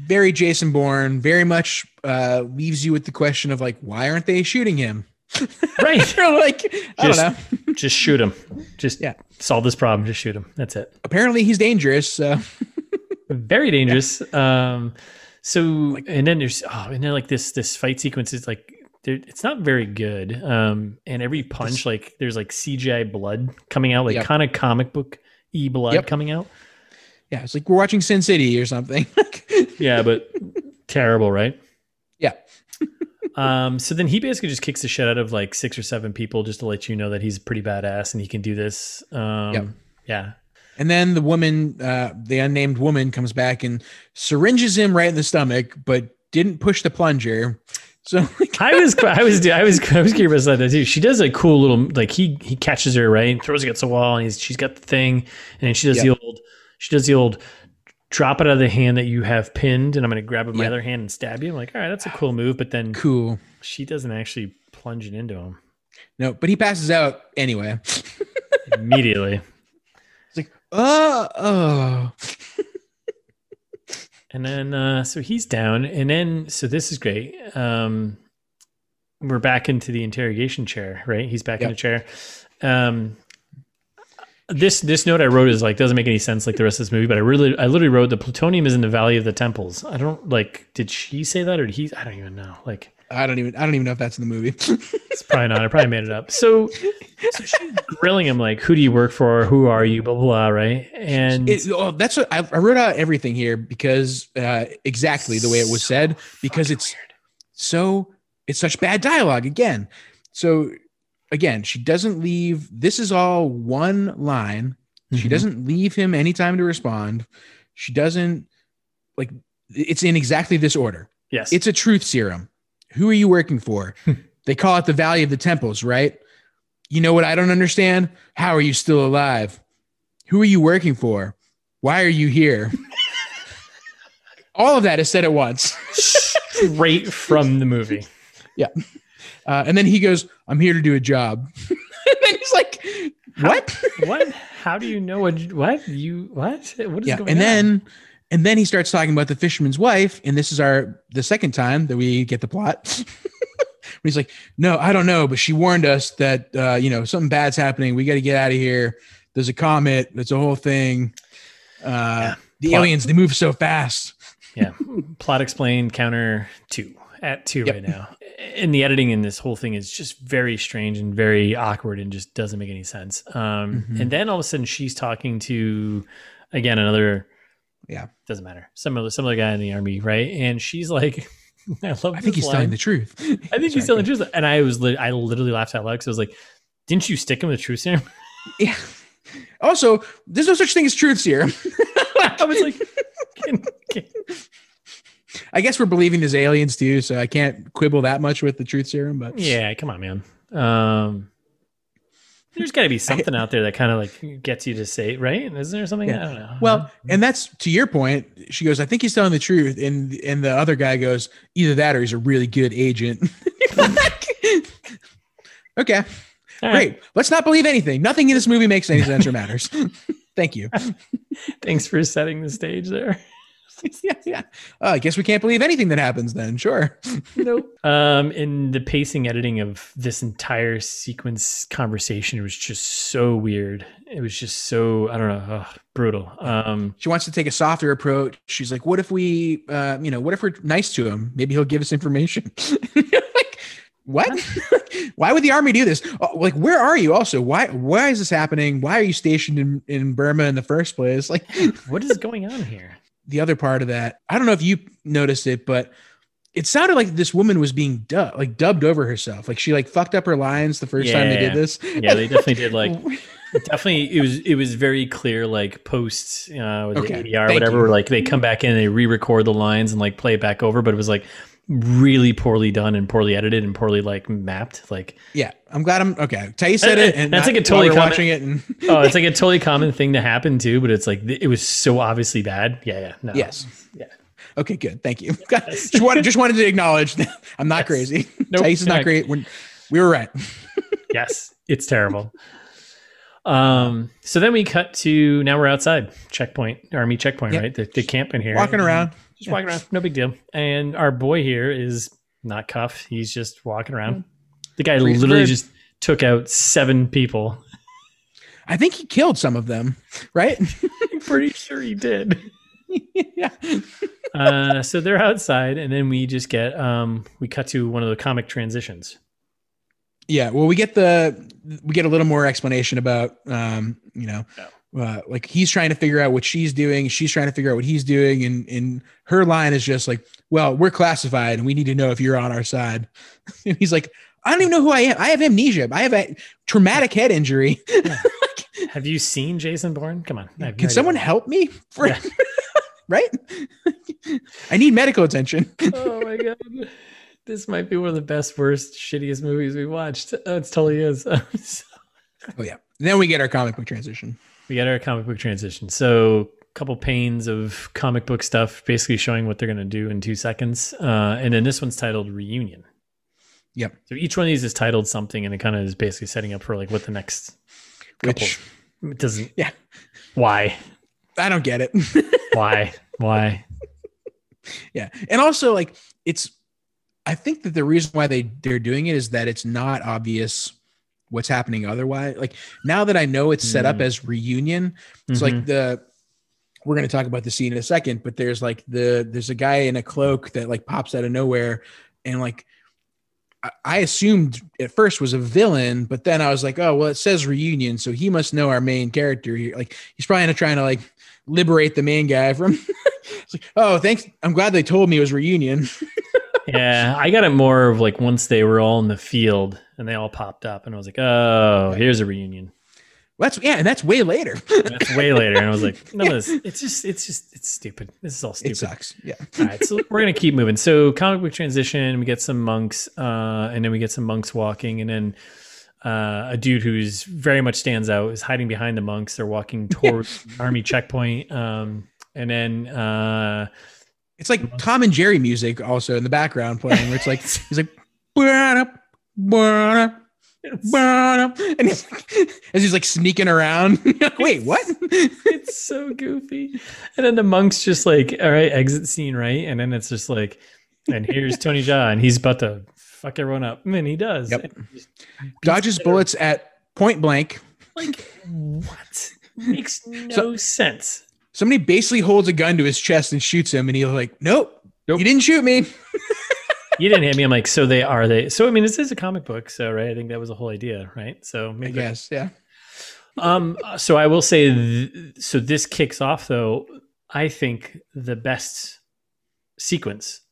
S1: very Jason Bourne, very much uh, leaves you with the question of like, why aren't they shooting him? <laughs>
S2: right
S1: You're like, I don't
S2: Just-
S1: know.
S2: just shoot him just
S1: Yeah.
S2: solve this problem just shoot him that's it
S1: Apparently he's dangerous. So
S2: very dangerous. Um, so and then there's oh, and then like this this fight sequence is like there- it's not very good. Um, and every punch like there's like CGI blood coming out, like
S1: Yep.
S2: kind of comic book e blood
S1: Yep.
S2: coming out.
S1: yeah, it's like we're watching Sin City or something. <laughs>
S2: Yeah, but terrible, right?
S1: Yeah.
S2: um, so then he basically just kicks the shit out of like six or seven people just to let you know that he's pretty badass and he can do this. Um,
S1: Yep.
S2: yeah.
S1: And then the woman, uh, the unnamed woman, comes back and syringes him right in the stomach, but didn't push the plunger. So <laughs> like,
S2: I was, I was, I was, I was curious about that too. She does a cool little, like he he catches her right, and throws her against the wall, and he's, she's got the thing, and then she does the old, she does the old, drop it out of the hand that you have pinned, and I'm gonna grab it with my
S1: Yeah.
S2: other hand and stab you. I'm like, all right, that's a cool move, but then
S1: cool.
S2: she doesn't actually plunge it into him
S1: No, but he passes out anyway. It's
S2: immediately,
S1: like, oh, oh.
S2: and then uh, so he's down, and then so this is great. Um, we're back into the interrogation chair, right? He's back in
S1: Yep.
S2: the chair. Um, this this note I wrote is like doesn't make any sense like the rest of this movie, but I really I literally wrote the plutonium is in the valley of the temples. I don't like did she say that or did he? I don't even know. Like
S1: I don't even. I don't even know if that's in the movie. <laughs>
S2: it's probably not. I probably made it up. So, so she's grilling him like, who do you work for? Who are you? Blah blah. blah right? And
S1: It, oh, that's what I, I wrote out everything here because uh, exactly the way it was
S2: So
S1: said because
S2: fucking
S1: it's so it's such bad dialogue again. So again, she doesn't leave. This is all one line.
S2: weird.
S1: She
S2: Mhm.
S1: doesn't leave him any time to respond. She doesn't like it's in exactly this order.
S2: Yes.
S1: It's a truth serum. Who are you working for? they call it the Valley of the Temples, right? You know what I don't understand? How are you still alive? Who are you working for? Why are you here? All of that is said at once.
S2: straight from the movie.
S1: Uh, and then he goes, I'm here to do a job. <laughs> and then he's like, What?
S2: <laughs> What? How do you know what? What you? What? What is
S1: yeah.
S2: going
S1: And
S2: on?
S1: then and then he starts talking about the fisherman's wife, and this is our the second time that we get the plot. <laughs> he's like, No, I don't know, but she warned us that uh, you know, something bad's happening. We gotta get out of here. There's a comet, it's a whole thing. Uh the
S2: Plot.
S1: aliens, they move so fast.
S2: yeah, plot explained counter two at two
S1: Yep.
S2: right now. And the editing in this whole thing is just very strange and very awkward and just doesn't make any sense. Um,
S1: Mhm.
S2: And then all of a sudden she's talking to again another.
S1: Yeah.
S2: doesn't matter. Some other some other guy in the army, right? And she's like, <laughs> I love.
S1: I think he's telling the truth.
S2: I think he's
S1: Sorry,
S2: telling the truth. And I was lit I literally laughed out loud because I was like, didn't you stick him with truth serum? <laughs>
S1: Yeah. Also, there's no such thing as truth serum.
S2: I was like, can- can-
S1: I guess we're believing there's aliens too, so I can't quibble that much with the truth serum. But
S2: yeah, come on, man. Um, there's got to be something out there that kind of like gets you to say, right? Isn't there something? I
S1: Yeah.
S2: don't know.
S1: well, and that's to your point. She goes, "I think he's telling the truth," and and the other guy goes, "Either that, or he's a really good agent." <laughs> okay,
S2: All right.
S1: great. Let's not believe anything. Nothing in this movie makes any sense or <laughs> matters. Thank you.
S2: Thanks for setting the stage there.
S1: yeah, yeah. Uh, I guess we can't believe anything that happens then. Sure.
S2: nope. <laughs> Um, and the pacing editing of this entire sequence conversation was just so weird. It was just so, I don't know, ugh, brutal. Um,
S1: She wants to take a softer approach. She's like, "What if we, uh, you know, what if we're nice to him? Maybe he'll give us information." <laughs> like, what? <laughs> why would the army do this? Oh, Like, where are you? Also, why? Why is this happening? Why are you stationed in in Burma in the first place? Like,
S2: what is going on here?
S1: the other part of that, I don't know if you noticed it, but it sounded like this woman was being dubbed, like dubbed over herself. Like she like fucked up her lines the first time they did
S2: Yeah.
S1: this.
S2: Yeah, they definitely did like definitely it was it was very clear like post uh was
S1: Okay,
S2: it ADR or
S1: thank
S2: whatever
S1: you.
S2: where, like they come back in and they re-record the lines and like play it back over, but it was like really poorly done and poorly edited and poorly like mapped.
S1: <laughs>
S2: Like
S1: <laughs> yeah, I'm glad I'm okay. Tay said it, and
S2: That's
S1: not-
S2: like a totally
S1: while we're
S2: comment-
S1: watching it, and
S2: oh, it's like a totally common thing to happen too, but it's like th- it was so obviously bad. Yeah, yeah. No.
S1: Yes. <laughs>
S2: Yeah.
S1: Okay, good. Thank
S2: <laughs>
S1: you. <laughs> just, wanted, just wanted to acknowledge that I'm not
S2: Yes.
S1: crazy.
S2: <laughs> Nope,
S1: Thais is
S2: you're
S1: not
S2: not.
S1: great. We're, we were right.
S2: Yes. It's terrible. Um so then we cut to now we're outside checkpoint, army checkpoint,
S1: Yeah.
S2: right? The, the camp in here.
S1: Walking
S2: And-
S1: around.
S2: just walking around, no big deal. And our boy here is not cuffed; he's just walking around. The guy
S1: Free as a
S2: literally
S1: bird.
S2: just took out seven people.
S1: I think he killed some of them,
S2: <laughs>
S1: right?
S2: I'm <laughs> pretty sure he did.
S1: yeah.
S2: <laughs> Uh, so they're outside, and then we just get um, we cut to one of the comic transitions.
S1: Yeah. Well, we get the we get a little more explanation about um, you know, uh, like he's trying to figure out what she's doing, she's trying to figure out what he's doing, and and her line is just like, Well, we're classified and we need to know if you're on our side. <laughs> and he's like, I don't even know who I am. I have amnesia. I have a traumatic head injury.
S2: Have you seen Jason Bourne? Come on, I have no
S1: Can
S2: idea.
S1: someone help me? <laughs> For,
S2: Yeah.
S1: right? I need medical attention.
S2: oh my god, this might be one of the best, worst, shittiest movies we watched. Oh, it totally
S1: <laughs>
S2: is. <laughs>
S1: Oh yeah. Then we get our comic book transition.
S2: We got our comic book transition. So, a couple panes of comic book stuff, basically showing what they're going to do in two seconds. Uh, and then this one's titled Reunion.
S1: Yep.
S2: So each one of these is titled something, and it kind of is basically setting up for like what the next.
S1: Which
S2: It doesn't.
S1: Yeah.
S2: Why?
S1: I don't <laughs> get it.
S2: Why? Why?
S1: yeah. And also like it's I think that the reason why they they're doing it is that it's not obvious what's happening otherwise. Like now that I know it's set up
S2: Mm.
S1: as reunion, It's
S2: Mhm.
S1: like the we're going to talk about the scene in a second, but there's like the there's a guy in a cloak that like pops out of nowhere, and like I, I assumed at first was a villain, but then I was like, oh well, it says reunion, so he must know our main character here. Like he's probably not trying to like liberate the main guy from. <laughs> it's like oh thanks, I'm glad they told me it was reunion.
S2: yeah, I got it more of like once they were all in the field and they all popped up, and I was like, oh, here's a reunion.
S1: Well, that's yeah, and that's way later.
S2: That's way later, and I was
S1: <laughs>
S2: like, no, this it's just it's just it's stupid. This is all
S1: it
S2: stupid.
S1: sucks. Yeah,
S2: All right, so we're gonna keep moving. So comic book transition, we get some monks, uh, and then we get some monks walking, and then uh, a dude who's very much stands out is hiding behind the monks. They're walking towards army checkpoint, um, and then uh, <laughs>
S1: It's like Tom and Jerry music also in the background playing, where it's like he's like, "Ba-da, ba-da, ba-da," and he's as he's like <laughs> sneaking around. <laughs> Wait,
S2: <laughs>
S1: what?
S2: it's so goofy. And then the monk's just like, all right, exit scene, right? And then it's just like, and here's Tony John. He's about to fuck everyone up. And he does.
S1: Yep.
S2: And he just beats
S1: Dodges
S2: the-
S1: bullets at point blank.
S2: Like, what? Makes no sense.
S1: Somebody basically holds a gun to his chest and shoots him, and he's like, "Nope,
S2: Nope.
S1: you didn't shoot
S2: <laughs>
S1: me."
S2: You didn't hit me. I'm like, so they are they. So, I mean, this is a comic book. So, right. I think that was the whole idea, right? So,
S1: I
S2: maybe.
S1: guess, yeah.
S2: um so i will say th- so this kicks off though i think the best sequence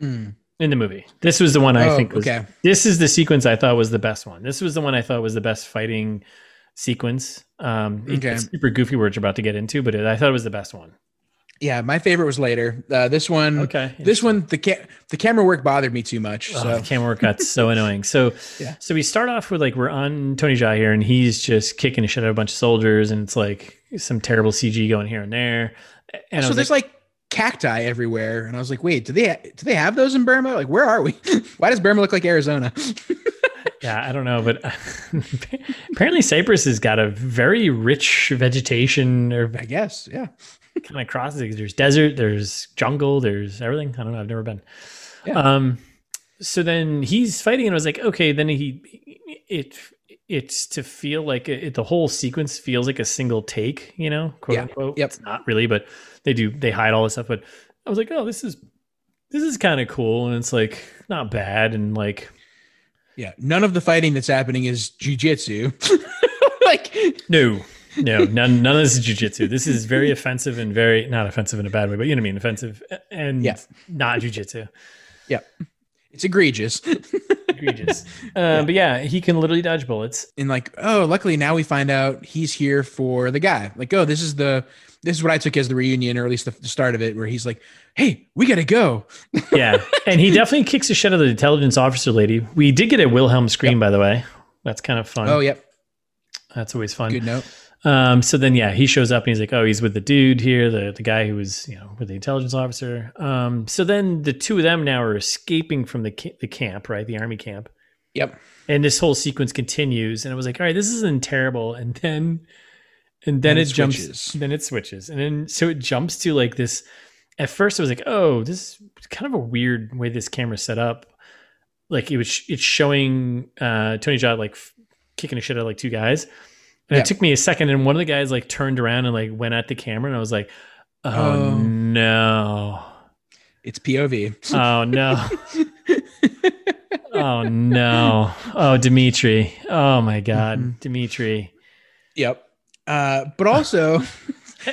S1: Mm.
S2: in the movie this was the one i
S1: Oh,
S2: think was,
S1: okay.
S2: this is the sequence i thought was the best one this was the one i thought was the best fighting sequence um it-
S1: Okay.
S2: it's super goofy which you're about to get into but it, i thought it was the best one
S1: Yeah, my favorite was later. Uh, this one,
S2: okay
S1: this one, the ca- the camera work bothered me too much.
S2: Oh,
S1: so
S2: the camera work got so annoying. So,
S1: <laughs> Yeah.
S2: so we start off with like we're on Tony Jaa here, and he's just kicking the shit out of a bunch of soldiers, and it's like some terrible CG going here and there. And I
S1: so
S2: was like,
S1: there's like, cacti everywhere, and I was like, "Wait, do they do they have those in Burma? Like, where are we? <laughs> Why does Burma look like Arizona?" <laughs>
S2: Yeah, I don't know, but <laughs> apparently Cyprus has got a very rich vegetation or
S1: I guess, yeah.
S2: kind of crosses. There's desert, there's jungle, there's everything. I don't know. I've never been.
S1: Yeah.
S2: Um, so then he's fighting, and I was like, okay. Then he, it, it's to feel like it, the whole sequence feels like a single take, you know, quote
S1: Yeah.
S2: unquote.
S1: Yep.
S2: It's not really, but they do they hide all this stuff. But I was like, oh, this is this is kind of cool, and it's like not bad, and like
S1: Yeah, none of the fighting that's happening is jujitsu. <laughs> like,
S2: No, no, none, none of this is jujitsu. This
S1: <laughs>
S2: is very offensive and very not offensive in a bad way, but you know what I mean, offensive and
S1: Yeah.
S2: not jujitsu.
S1: it's egregious.
S2: <laughs> Egregious. uh, But yeah, he can literally dodge bullets.
S1: and like, oh, luckily now we find out he's here for the guy. Like, oh, this is the this is what I took as the reunion, or at least the, the start of it, where he's like, "Hey, we gotta go."
S2: <laughs> Yeah, and he definitely kicks the shit out of the intelligence officer lady. We did get a Wilhelm scream, by the way. That's kind of fun.
S1: Oh, yep,
S2: That's always fun.
S1: good note.
S2: Um, so then, yeah, he shows up and he's like, "Oh, he's with the dude here, the the guy who was, you know, with the intelligence officer." Um, so then the two of them now are escaping from the ca- the camp, right, the army camp.
S1: Yep.
S2: And this whole sequence continues, and I was like, "All right, this isn't terrible." And then, and then
S1: And
S2: it,
S1: it
S2: jumps.
S1: switches.
S2: Then it switches, and then so it jumps to like this. At first, I was like, "Oh, this is kind of a weird way this camera's set up." Like it was, it's showing uh, Tony Jaa like f- kicking the shit out of like two guys. And
S1: Yeah.
S2: it took me a second, and one of the guys like turned around and like went at the camera, and I was like, "Oh,
S1: Oh.
S2: no,
S1: It's POV.
S2: oh <laughs> no, oh no, oh Dimitri, oh my god,
S1: Mhm.
S2: Dimitri."
S1: Yep. Uh, but
S2: <laughs>
S1: also,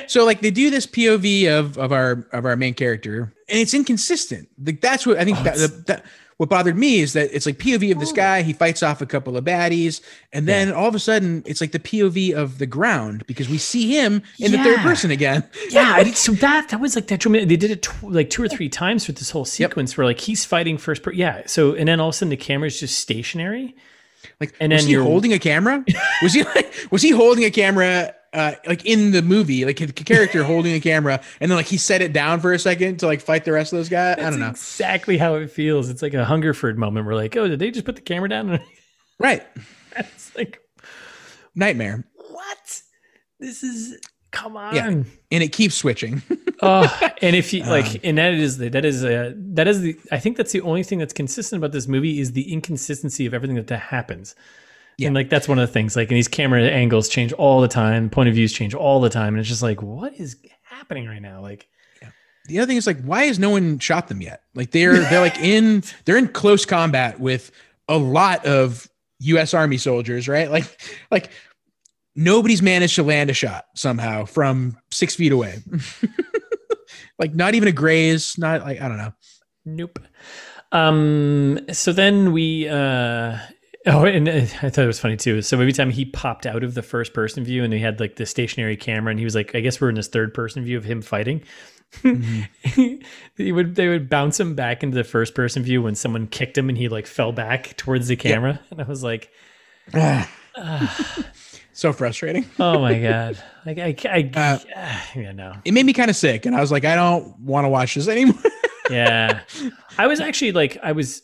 S1: so like they do this POV of of our of our main character, and it's inconsistent. Like that's what I think.
S2: Oh,
S1: that,
S2: it's- Oh.
S1: that, what bothered me is that it's like POV of this guy. He fights off a couple of baddies, and then all of a sudden, it's like the POV of the ground because we see him in the third
S2: Yeah.
S1: person again.
S2: yeah, I did, so that that was like that. They did it tw- like two or three times with this whole
S1: Yep.
S2: sequence where like he's fighting first. Per- yeah, so and then all of a sudden the camera's just stationary.
S1: <laughs> Like,
S2: And
S1: was
S2: then
S1: he
S2: you're-
S1: holding a camera?
S2: <laughs>
S1: Was he like, was he holding a camera? Uh, like in the movie, like a character holding a camera, and then like he set it down for a second to like fight the rest of those guys. I
S2: That's
S1: don't know.
S2: exactly how it feels. It's like a Hungerford moment. We're like, oh, did they just put the camera down? <laughs>
S1: Right,
S2: it's like
S1: nightmare.
S2: what? This is come on.
S1: Yeah. and it keeps switching. <laughs>
S2: oh, and if you
S1: Um,
S2: like, and that is the, that is uh that is the I think that's the only thing that's consistent about this movie is the inconsistency of everything that, that happens.
S1: Yeah.
S2: And like that's one of the things. Like, and these camera angles change all the time, point of views change all the time, and it's just like, what is happening right now? Like,
S1: the other thing is like, why has no one shot them yet? Like they're they're like in they're in close combat with a lot of U.S. Army soldiers, right? Like like nobody's managed to land a shot somehow from six feet away. <laughs> like not even a graze. Not like I don't know.
S2: Nope. Um. So then we. uh <laughs> Oh, and uh, I thought it was funny too. So every time he popped out of the first person view, and he had like the stationary camera, and he was like, "I guess we're in this third person view of him fighting." Mm-hmm. <laughs> he would they would bounce him back into the first person view when someone kicked him, and he like fell back towards the camera, and I was like,
S1: so frustrating.
S2: <sighs> oh my god! <sighs> Like I, I, I
S1: Uh,
S2: <sighs> yeah, no,
S1: It made me kind of sick, and I was like, I don't want to watch this anymore.
S2: yeah. I was actually like, I was.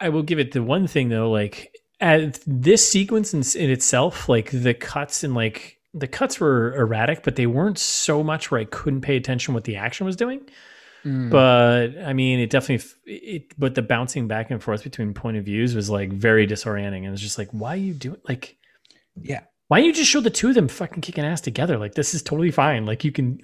S2: I will give it the one thing though, like at this sequence in, in itself, like the cuts and like the cuts were erratic, but they weren't so much where I couldn't pay attention what the action was doing.
S1: Hmm.
S2: Hmm. But I mean, it definitely f- it. But the bouncing back and forth between point of views was like very disorienting, and it's just like, why are you doing like?
S1: Yeah.
S2: Why don't you just show the two of them fucking kicking ass together? Like this is totally fine. Like you can.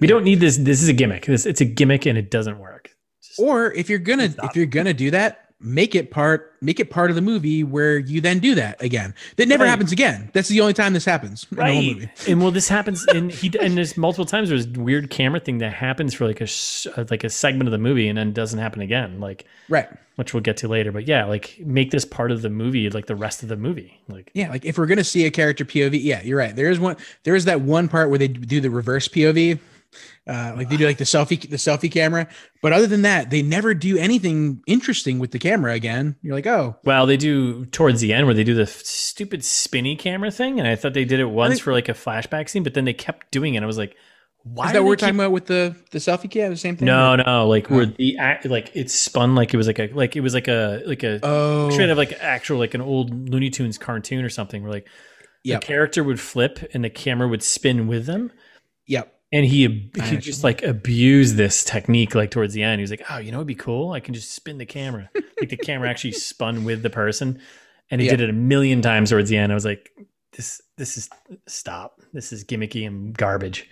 S2: We don't need this. This is a gimmick. This it's a gimmick and it doesn't work.
S1: or if you're gonna
S2: Stop.
S1: if you're gonna do that, make it part make it part of the movie where you then do that again. That never
S2: Right.
S1: happens again. That's the only time this happens in the whole
S2: Right.
S1: movie.
S2: And well,
S1: <laughs>
S2: this happens, and he and there's multiple times there's weird camera thing that happens for like a s- uh, like a segment of the movie, and then doesn't happen again. Like
S1: Right.
S2: which we'll get to later. But yeah, like make this part of the movie, like the rest of the movie. Like
S1: Yeah, like if we're gonna see a character POV, yeah, you're right. There is one. There is that one part where they do the reverse POV, uh, like they do like the selfie, the selfie camera. But other than that, they never do anything interesting with the camera again. You're like, oh,
S2: Well, they do towards the end where they do the f- stupid spinny camera thing, and I thought they did it once
S1: think-
S2: for like a flashback scene, but then they kept doing it. I was like, why?
S1: is
S2: do
S1: that what
S2: they
S1: we're
S2: keep-
S1: talking about with the the selfie cam? The same thing.
S2: No, no, like where
S1: Oh.
S2: the act, like it spun like it was like a like it was like a like a
S1: Oh,
S2: straight of like actual like an old Looney Tunes cartoon or something. Where like
S1: Yep.
S2: the character would flip and the camera would spin with them.
S1: Yep.
S2: And he ab-
S1: I
S2: he just like abused this technique like towards the end. He was like, "Oh, you know, it'd be cool. I can just spin the camera. Like the camera actually spun with the person." And he
S1: Yeah.
S2: did it a million times towards the end. I was like, "This this is stop. This is gimmicky and garbage."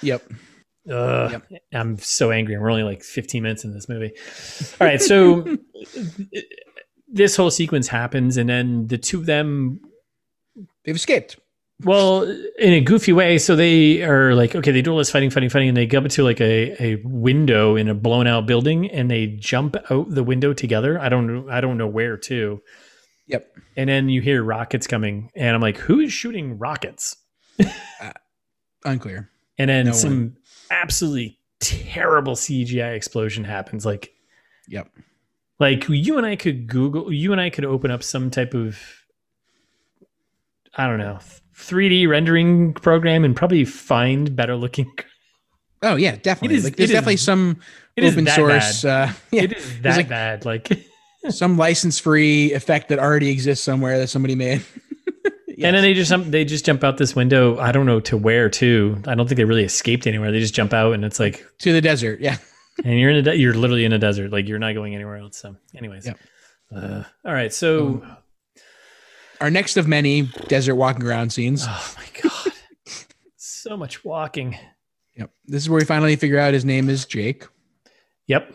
S1: Yep.
S2: Ugh, I'm so angry. We're only like 15 minutes in this movie. All right, so this whole sequence happens, and then the two of them
S1: They've escaped.
S2: well, in a goofy way. So they are like, okay, they do all this fighting, fighting, fighting, and they go up to like a, a window in a blown out building, and they jump out the window together. I don't know, I don't know where to.
S1: Yep.
S2: And then you hear rockets coming, and I'm like, who is shooting rockets?
S1: Unclear.
S2: And then
S1: No
S2: some absolutely terrible CGI explosion happens. Like,
S1: Yep.
S2: like you and I could Google, you and I could open up some type of, I don't know, 3D rendering program and probably find better looking. <laughs>
S1: Oh yeah, definitely.
S2: It is-
S1: like there's
S2: it is-
S1: definitely some
S2: It is
S1: open
S2: that
S1: source.
S2: Bad.
S1: Uh, <laughs> yeah,
S2: It is that
S1: like- <laughs>
S2: bad. Like,
S1: some license free effect that already exists somewhere that somebody made. <laughs>
S2: and then they just jump- they just jump out this window. I don't know to where to. I don't think they really escaped anywhere. They just jump out, and it's like,
S1: to the desert. Yeah.
S2: and you're in a de- you're literally in a desert. Like you're not going anywhere else. So, anyways,
S1: Yep.
S2: uh, all right. So, oh
S1: Our next of many desert walking around scenes.
S2: oh my god, so much walking.
S1: Yep. This is where we finally figure out his name is Jake,
S2: Yep.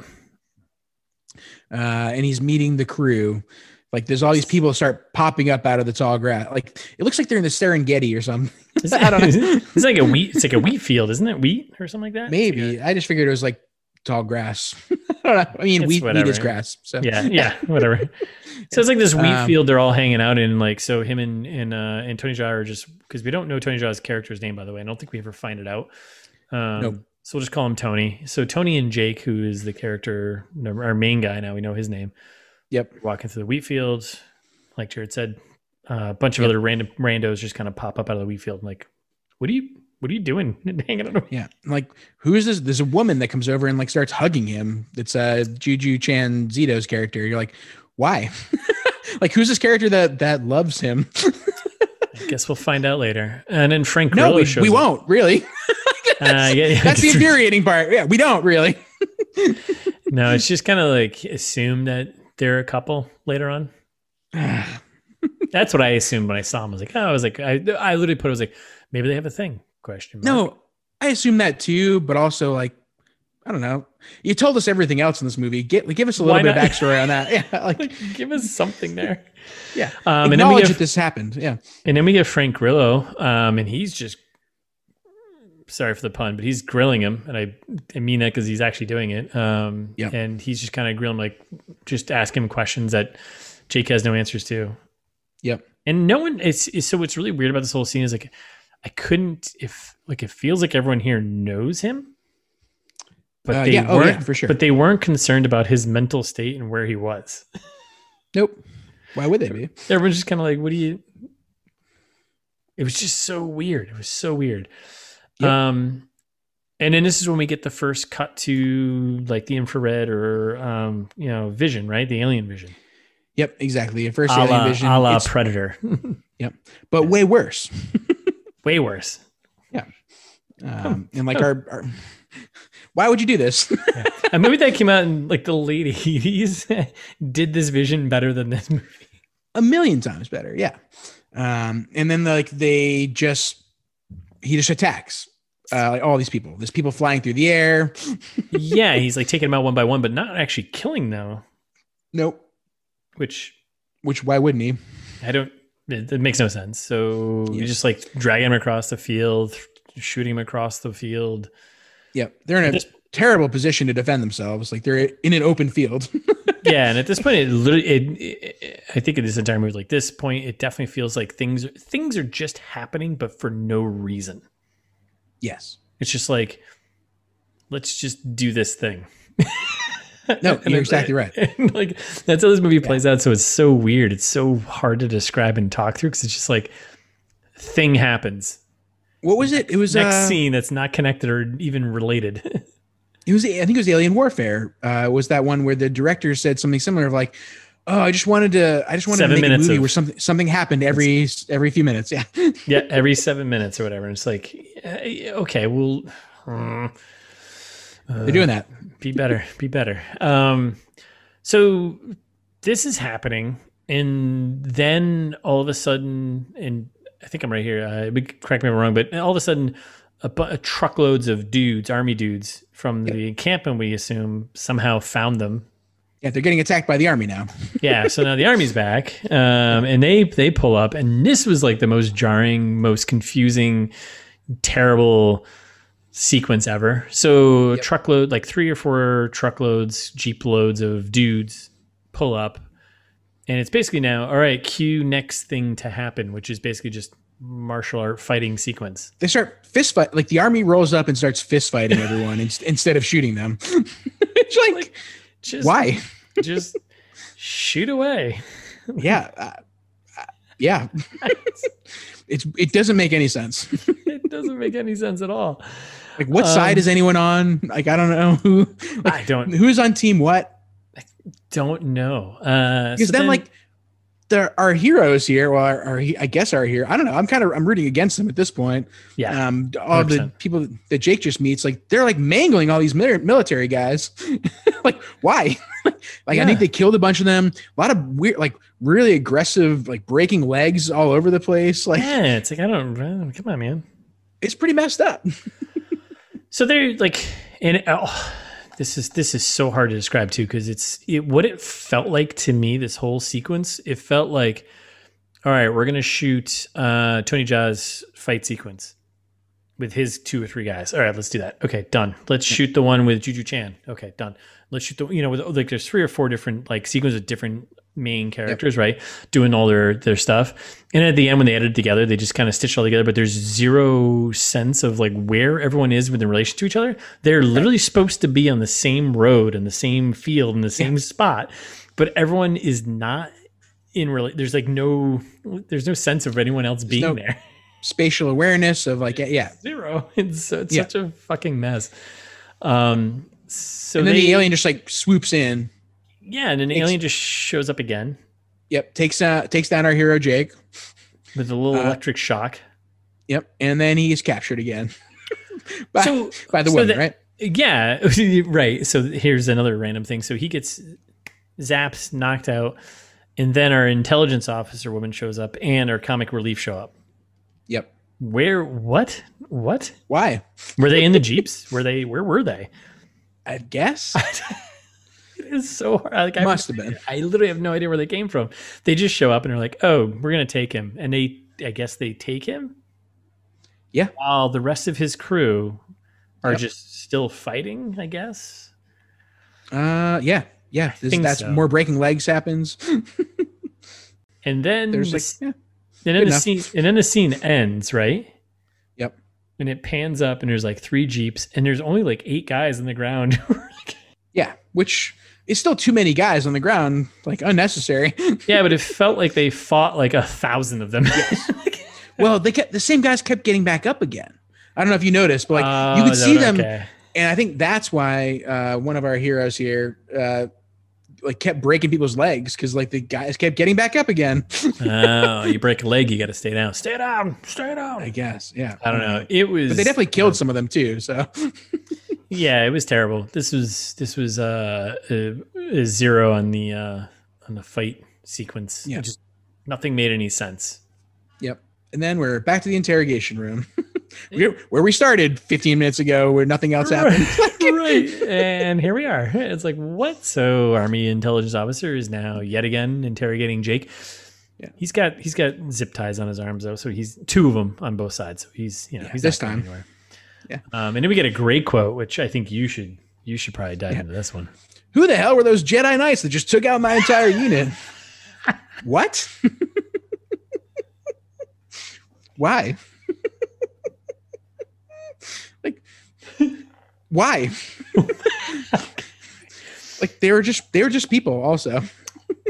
S1: uh, and he's meeting the crew. Like there's all these people start popping up out of the tall grass. Like it looks like they're in the Serengeti or something.
S2: Is
S1: I don't <laughs> know.
S2: It's like a wheat. It's like a wheat field, isn't it? Wheat or something like that. It's like
S1: Maybe I just figured it was like tall grass. <laughs> I don't know. I mean,
S2: It's
S1: wheat, wheat
S2: whatever.
S1: is grass. So
S2: a-
S1: <laughs>
S2: yeah, yeah, whatever. So it's like this wheat
S1: Um,
S2: field they're all hanging out in. Like so, him and and uh, and Tony Jaa are just because we don't know Tony Jaa's character's name by the way. I don't think we ever find it out. Um,
S1: Nope.
S2: So we'll just call him Tony. So Tony and Jake, who is the character, our main guy now, we know his name.
S1: Yep.
S2: Walking through the wheat field, like Jared said, uh, a bunch of other random randos just kind of pop up out of the wheat field. and like, what are you? What are you doing? <laughs> Hanging out?
S1: Yeah. Like, who is this? There's a woman that comes over and like starts hugging him. It's uh Juju Chan Zito's character. You're like, why? <laughs> like, who's this character that that loves him?
S2: I guess we'll find out later. And then Frank
S1: no,
S2: Grillo
S1: we,
S2: shows
S1: we
S2: up.
S1: won't
S2: <laughs>
S1: really. <laughs>
S2: Uh, yeah, yeah.
S1: That's the
S2: <laughs>
S1: infuriating part. Yeah, we don't really. <sighs>
S2: no, it's just kind of like assume that they're a couple later on. That's what I assumed when I saw him. I was like, oh, I was like, I, I literally put, I was like, maybe they have a thing? Question mark.
S1: no, I assume that too, but also like. I don't know. You told us everything else in this movie. Get, give us a little
S2: Why
S1: bit of
S2: not?
S1: backstory on that. <laughs> Yeah, like
S2: like, <laughs> give us something there.
S1: Yeah.
S2: Um, and then we
S1: acknowledge
S2: get
S1: that this happened. Yeah,
S2: And then we get Frank Grillo, um, and he's just sorry for the pun, but he's grilling him, and I, I mean that because he's actually doing it. Um,
S1: Yeah.
S2: And he's just kind of grilling, like just ask him questions that Jake has no answers to.
S1: Yep.
S2: And no one, it's, it's so what's really weird about this whole scene is like, I couldn't if like it feels like everyone here knows him, but
S1: Uh,
S2: they
S1: yeah. Oh,
S2: weren't.
S1: yeah, for sure.
S2: But they weren't concerned about his mental state and where he was.
S1: nope. Why would they be?
S2: Everyone's just kind of like, what do you? It was just so weird. It was so weird.
S1: Yep.
S2: Um, and then this is when we get the first cut to like the infrared or um, you know, vision, right? The alien vision,
S1: Yep, exactly. At first,
S2: a
S1: alien
S2: la,
S1: vision,
S2: a la
S1: it's-
S2: Predator.
S1: but way worse.
S2: Way worse.
S1: Um,
S2: Hmm.
S1: and like our, our, why would you do this? <laughs>
S2: A movie that came out in like the late eighties <laughs> did this vision better than
S1: <laughs>
S2: this movie.
S1: a million times better. Yeah. Um, and then like they just he just attacks uh, like all these people. There's people flying through the air.
S2: yeah, he's like taking them out one by one, but not actually killing though.
S1: Nope.
S2: Which
S1: Which why wouldn't he?
S2: I don't. It, it makes no sense. So you
S1: Yeah.
S2: just like dragging him across the field, shooting him across the field.
S1: Yep. They're in a
S2: This-
S1: terrible position to defend themselves. Like they're in an open field. <laughs>
S2: yeah, and at this point, it literally. It, it, it- I think in this entire movie, like this point, it definitely feels like things things are just happening, but for no reason.
S1: yes.
S2: It's just like, let's just do this thing.
S1: No,
S2: <laughs> And
S1: you're
S2: then-
S1: exactly right.
S2: and, like that's how this movie plays out. So it's so weird. It's so hard to describe and talk through because it's just like thing happens.
S1: What was it? It was
S2: Next
S1: uh,
S2: scene that's not connected or even related. <laughs>
S1: It was I think it was Alien Warfare. Uh, was that one where the director said something similar of like, "Oh, I just wanted to, I just wanted
S2: Seven
S1: to make a
S2: minutes
S1: movie
S2: of-
S1: where something something happened every every few minutes." <laughs> Yeah.
S2: yeah, every seven minutes or whatever. And it's like, eh, okay, well, mm,
S1: They're doing that.
S2: be better, be better. Um, so this is happening, and then all of a sudden, and I think I'm right here. Uh, we- correct me if I'm wrong, but all of a sudden, a, bu- truckloads of dudes, army dudes from the encampment, we assume, somehow found them.
S1: Yeah, they're getting attacked by the army now.
S2: Yeah, so now the army's back, um, and they they pull up, and this was like the most jarring, most confusing, terrible sequence ever. So truckload, like three or four truckloads, jeep loads of dudes pull up, and it's basically now all right. Cue next thing to happen, which is basically just martial art fighting sequence.
S1: They start fist fight. Like the army rolls up and starts fist fighting everyone in, <laughs> instead of shooting them. it's like,
S2: Just
S1: why?
S2: <laughs> just shoot away. <laughs>
S1: Yeah. Uh, uh, yeah. <laughs> it's it doesn't make any sense.
S2: it doesn't make any sense at all.
S1: Like what side
S2: Um,
S1: is anyone on? Like I don't know who
S2: I don't
S1: who's on team what.
S2: don't know. Uh,
S1: because
S2: so
S1: then, like there our heroes here well our, our he- i guess our hero i don't know i'm kind of i'm rooting against them at this point
S2: yeah,
S1: um all the
S2: 100%.
S1: people that jake just meets like they're like mangling all these mil- military guys <laughs> like why <laughs> like i
S2: Yeah.
S1: think they killed a bunch of them a lot of weird like really aggressive like breaking legs all over the place like
S2: yeah, it's like I don't uh, come on, man.
S1: it's pretty messed up
S2: So they're like, and oh, this is this is so hard to describe too because it's it what it felt like to me. This whole sequence, it felt like, all right, we're gonna shoot uh, Tony Jaa's fight sequence with his two or three guys. All right, let's do that. Okay, done. Let's shoot the one with Juju Chan. Okay, done. Let's shoot the you know with like there's three or four different like sequences of different main characters, right? Doing all their their stuff. And at the end when they edit it together, they just kind of stitch it all together, but there's zero sense of like where everyone is within relation to each other. They're literally supposed to be on the same road and the same field and the same spot, but everyone is not in really there's like no there's no sense of anyone else being
S1: no-
S2: there
S1: spatial awareness of like yeah
S2: zero. <laughs> It's, so- it's
S1: Yeah.
S2: such a fucking mess. Um, so
S1: and then
S2: they,
S1: the alien just like swoops in
S2: yeah, and an alien just shows up again
S1: yep takes uh takes down our hero jake
S2: with a little
S1: Uh,
S2: electric shock.
S1: yep and then he's captured again by,
S2: so
S1: by the
S2: so
S1: woman
S2: the-
S1: right
S2: yeah, <laughs> right. So here's another random thing. So he gets zaps, knocked out, and then our intelligence officer woman shows up, and our comic relief show up.
S1: Yep.
S2: Where? What? What?
S1: Why?
S2: Were they in the jeeps? Were they? Where were they? <laughs>
S1: I guess
S2: It is so hard. Like, I
S1: must have been.
S2: I literally have no idea where they came from. They just show up and are like, "Oh, we're gonna take him," and they, I guess, they take him.
S1: Yeah.
S2: While the rest of his crew are
S1: Yep.
S2: just still fighting, I guess.
S1: Uh, yeah, yeah. This,
S2: think
S1: that's
S2: so.
S1: more breaking legs happens.
S2: And then
S1: There's
S2: the
S1: like,
S2: s-
S1: yeah,
S2: and then the
S1: enough.
S2: scene and then the scene ends right.
S1: Yep.
S2: And it pans up, and there's like three jeeps, and there's only like eight guys on the ground. We're like,
S1: yeah, which it's still too many guys on the ground, like
S2: <laughs>
S1: unnecessary.
S2: <laughs> Yeah, but it felt like they fought like a thousand of them.
S1: well, they kept the same guys kept getting back up again. I don't know if you noticed, but like you
S2: <laughs> Oh,
S1: could see
S2: no,
S1: them,
S2: okay.
S1: and I think that's why uh, one of our heroes here. Uh, like kept breaking people's legs because like the guys kept getting back up again.
S2: oh, you break a leg, you got to stay down. Stay down. Stay down.
S1: I guess, yeah.
S2: I don't know. It was.
S1: but they definitely killed some of them too. So
S2: Yeah, it was terrible. This was this was uh, a, a zero on the uh, on the fight sequence.
S1: Yeah.
S2: Just nothing made any sense.
S1: Yep. And then we're back to the interrogation
S2: <laughs>
S1: room, <laughs> where, where we started 15 minutes ago, where nothing else happened.
S2: <laughs> right. And here we are. It's like what? So Army intelligence officer is now yet again interrogating Jake.
S1: Yeah.
S2: He's got he's got zip ties on his arms though, so he's two of them on both sides. So he's you know
S1: Yeah,
S2: he's
S1: this
S2: not going
S1: time.
S2: anywhere.
S1: Yeah.
S2: Um, and then we get a great quote, which I think you should you should probably dive into this one.
S1: Who the hell were those Jedi Knights that just took out my entire unit? what? why? like, why? like they were just they were just people. Also,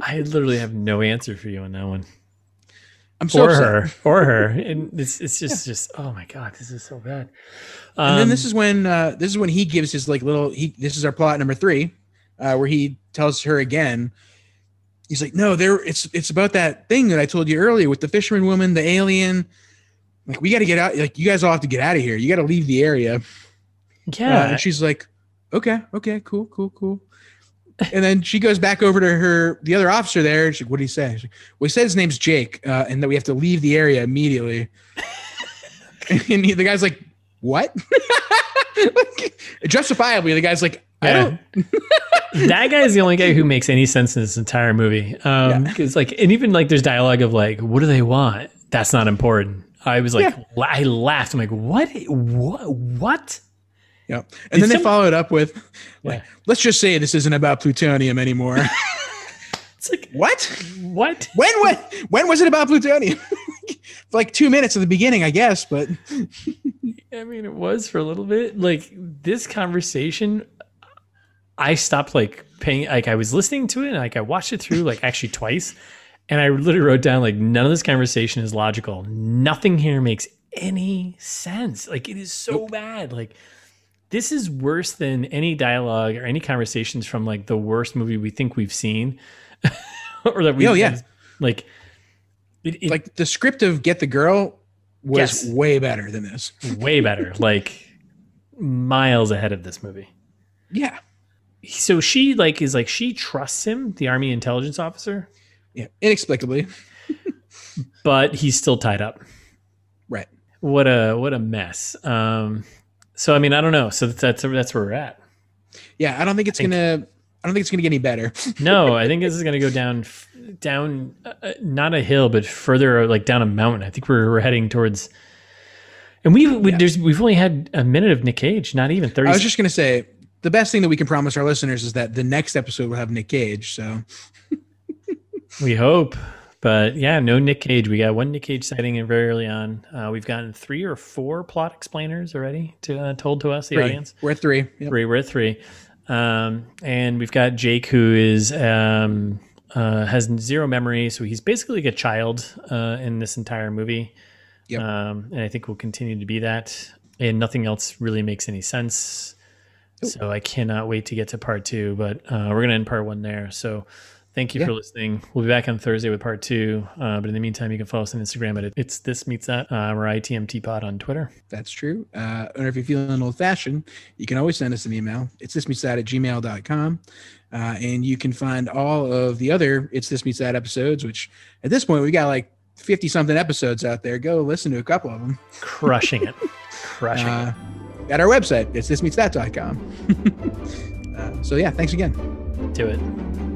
S2: I literally have no answer for you on that one.
S1: I'm so
S2: or
S1: upset.
S2: her
S1: <laughs>
S2: or her and it's it's just just oh my god this is so bad um,
S1: and then this is when uh, this is when he gives his like little he this is our plot number three uh, where he tells her again he's like no there it's it's about that thing that i told you earlier with the fisherman woman the alien like we got to get out like you guys all have to get out of here you got to leave the area Uh,
S2: Um, yeah
S1: and she's like okay okay cool cool cool and then she goes back over to her the other officer there and she's like what did he say She's like, well he said his name's jake uh, and that we have to leave the area immediately
S2: <laughs>
S1: and he- the guy's like what <laughs> Like, justifiably the guy's like i
S2: Yeah.
S1: don't
S2: <laughs> that guy is the only guy who makes any sense in this entire movie um
S1: Yeah.
S2: 'cause, like and even like there's dialogue of like what do they want that's not important i was like la- i laughed i'm like what what what
S1: you know.
S2: Did
S1: and then they
S2: some-
S1: follow it up with like
S2: Yeah.
S1: let's just say this isn't about plutonium anymore
S2: it's like
S1: what
S2: <laughs> what
S1: when when when was it about plutonium <laughs> for like two minutes at the beginning i guess but
S2: I mean, it was for a little bit. Like this conversation, I stopped like paying. Like I was listening to it, and like I watched it through like actually twice, and I literally wrote down like none of this conversation is logical. Nothing here makes any sense. Like it is so bad. Like this is worse than any dialogue or any conversations from like the worst movie we think we've seen, <laughs> or that we.
S1: Oh, yeah.
S2: Like. It, it,
S1: like the script of get the girl was
S2: Yes.
S1: way better than this
S2: way better, like miles ahead of this movie.
S1: yeah
S2: So she like is like she trusts him, the army intelligence officer,
S1: yeah inexplicably
S2: but he's still tied up.
S1: right
S2: What a what a mess. Um so I mean, I don't know. So that's that's where we're at.
S1: yeah i don't think it's
S2: Thank
S1: gonna i don't think it's gonna get any better
S2: No, I think this is going to go down f- down uh, uh, not a hill but further like down a mountain. I think we're we're heading towards and we've we,
S1: Yeah.
S2: there's we've only had a minute of Nick Cage, not even 30
S1: I was just gonna say the best thing that we can promise our listeners is that the next episode will have Nick Cage. So
S2: We hope. But yeah, no Nick Cage. We got one Nick Cage sighting in very early on. Uh, we've gotten three or four plot explainers already to, uh, told to us, the
S1: three.
S2: audience.
S1: we're at three. Yep.
S2: Three, we're at three. Um, and we've got Jake, who is um, uh, has zero memory. So he's basically like a child uh, in this entire movie.
S1: Yep.
S2: Um, and I think will continue to be that. And nothing else really makes any sense. So I cannot wait to get to part two, but uh, we're going to end part one there. So thank you
S1: Yeah.
S2: for listening. We'll be back on Thursday with part two. Uh, but in the meantime, you can follow us on Instagram at it's this meets that um, or ITMT pod on Twitter.
S1: That's true. Uh, or if you're feeling old fashioned, you can always send us an email. It's this meets that at gmail.com. Uh, and you can find all of the other It's This Meets That episodes, which at this point we got like 50 something episodes out there. Go listen to a couple of them
S2: Crushing
S1: <laughs>
S2: it. Crushing it.
S1: uh, at our <laughs> website. It's this meets that.com. uh, so yeah, thanks again.
S2: Do it.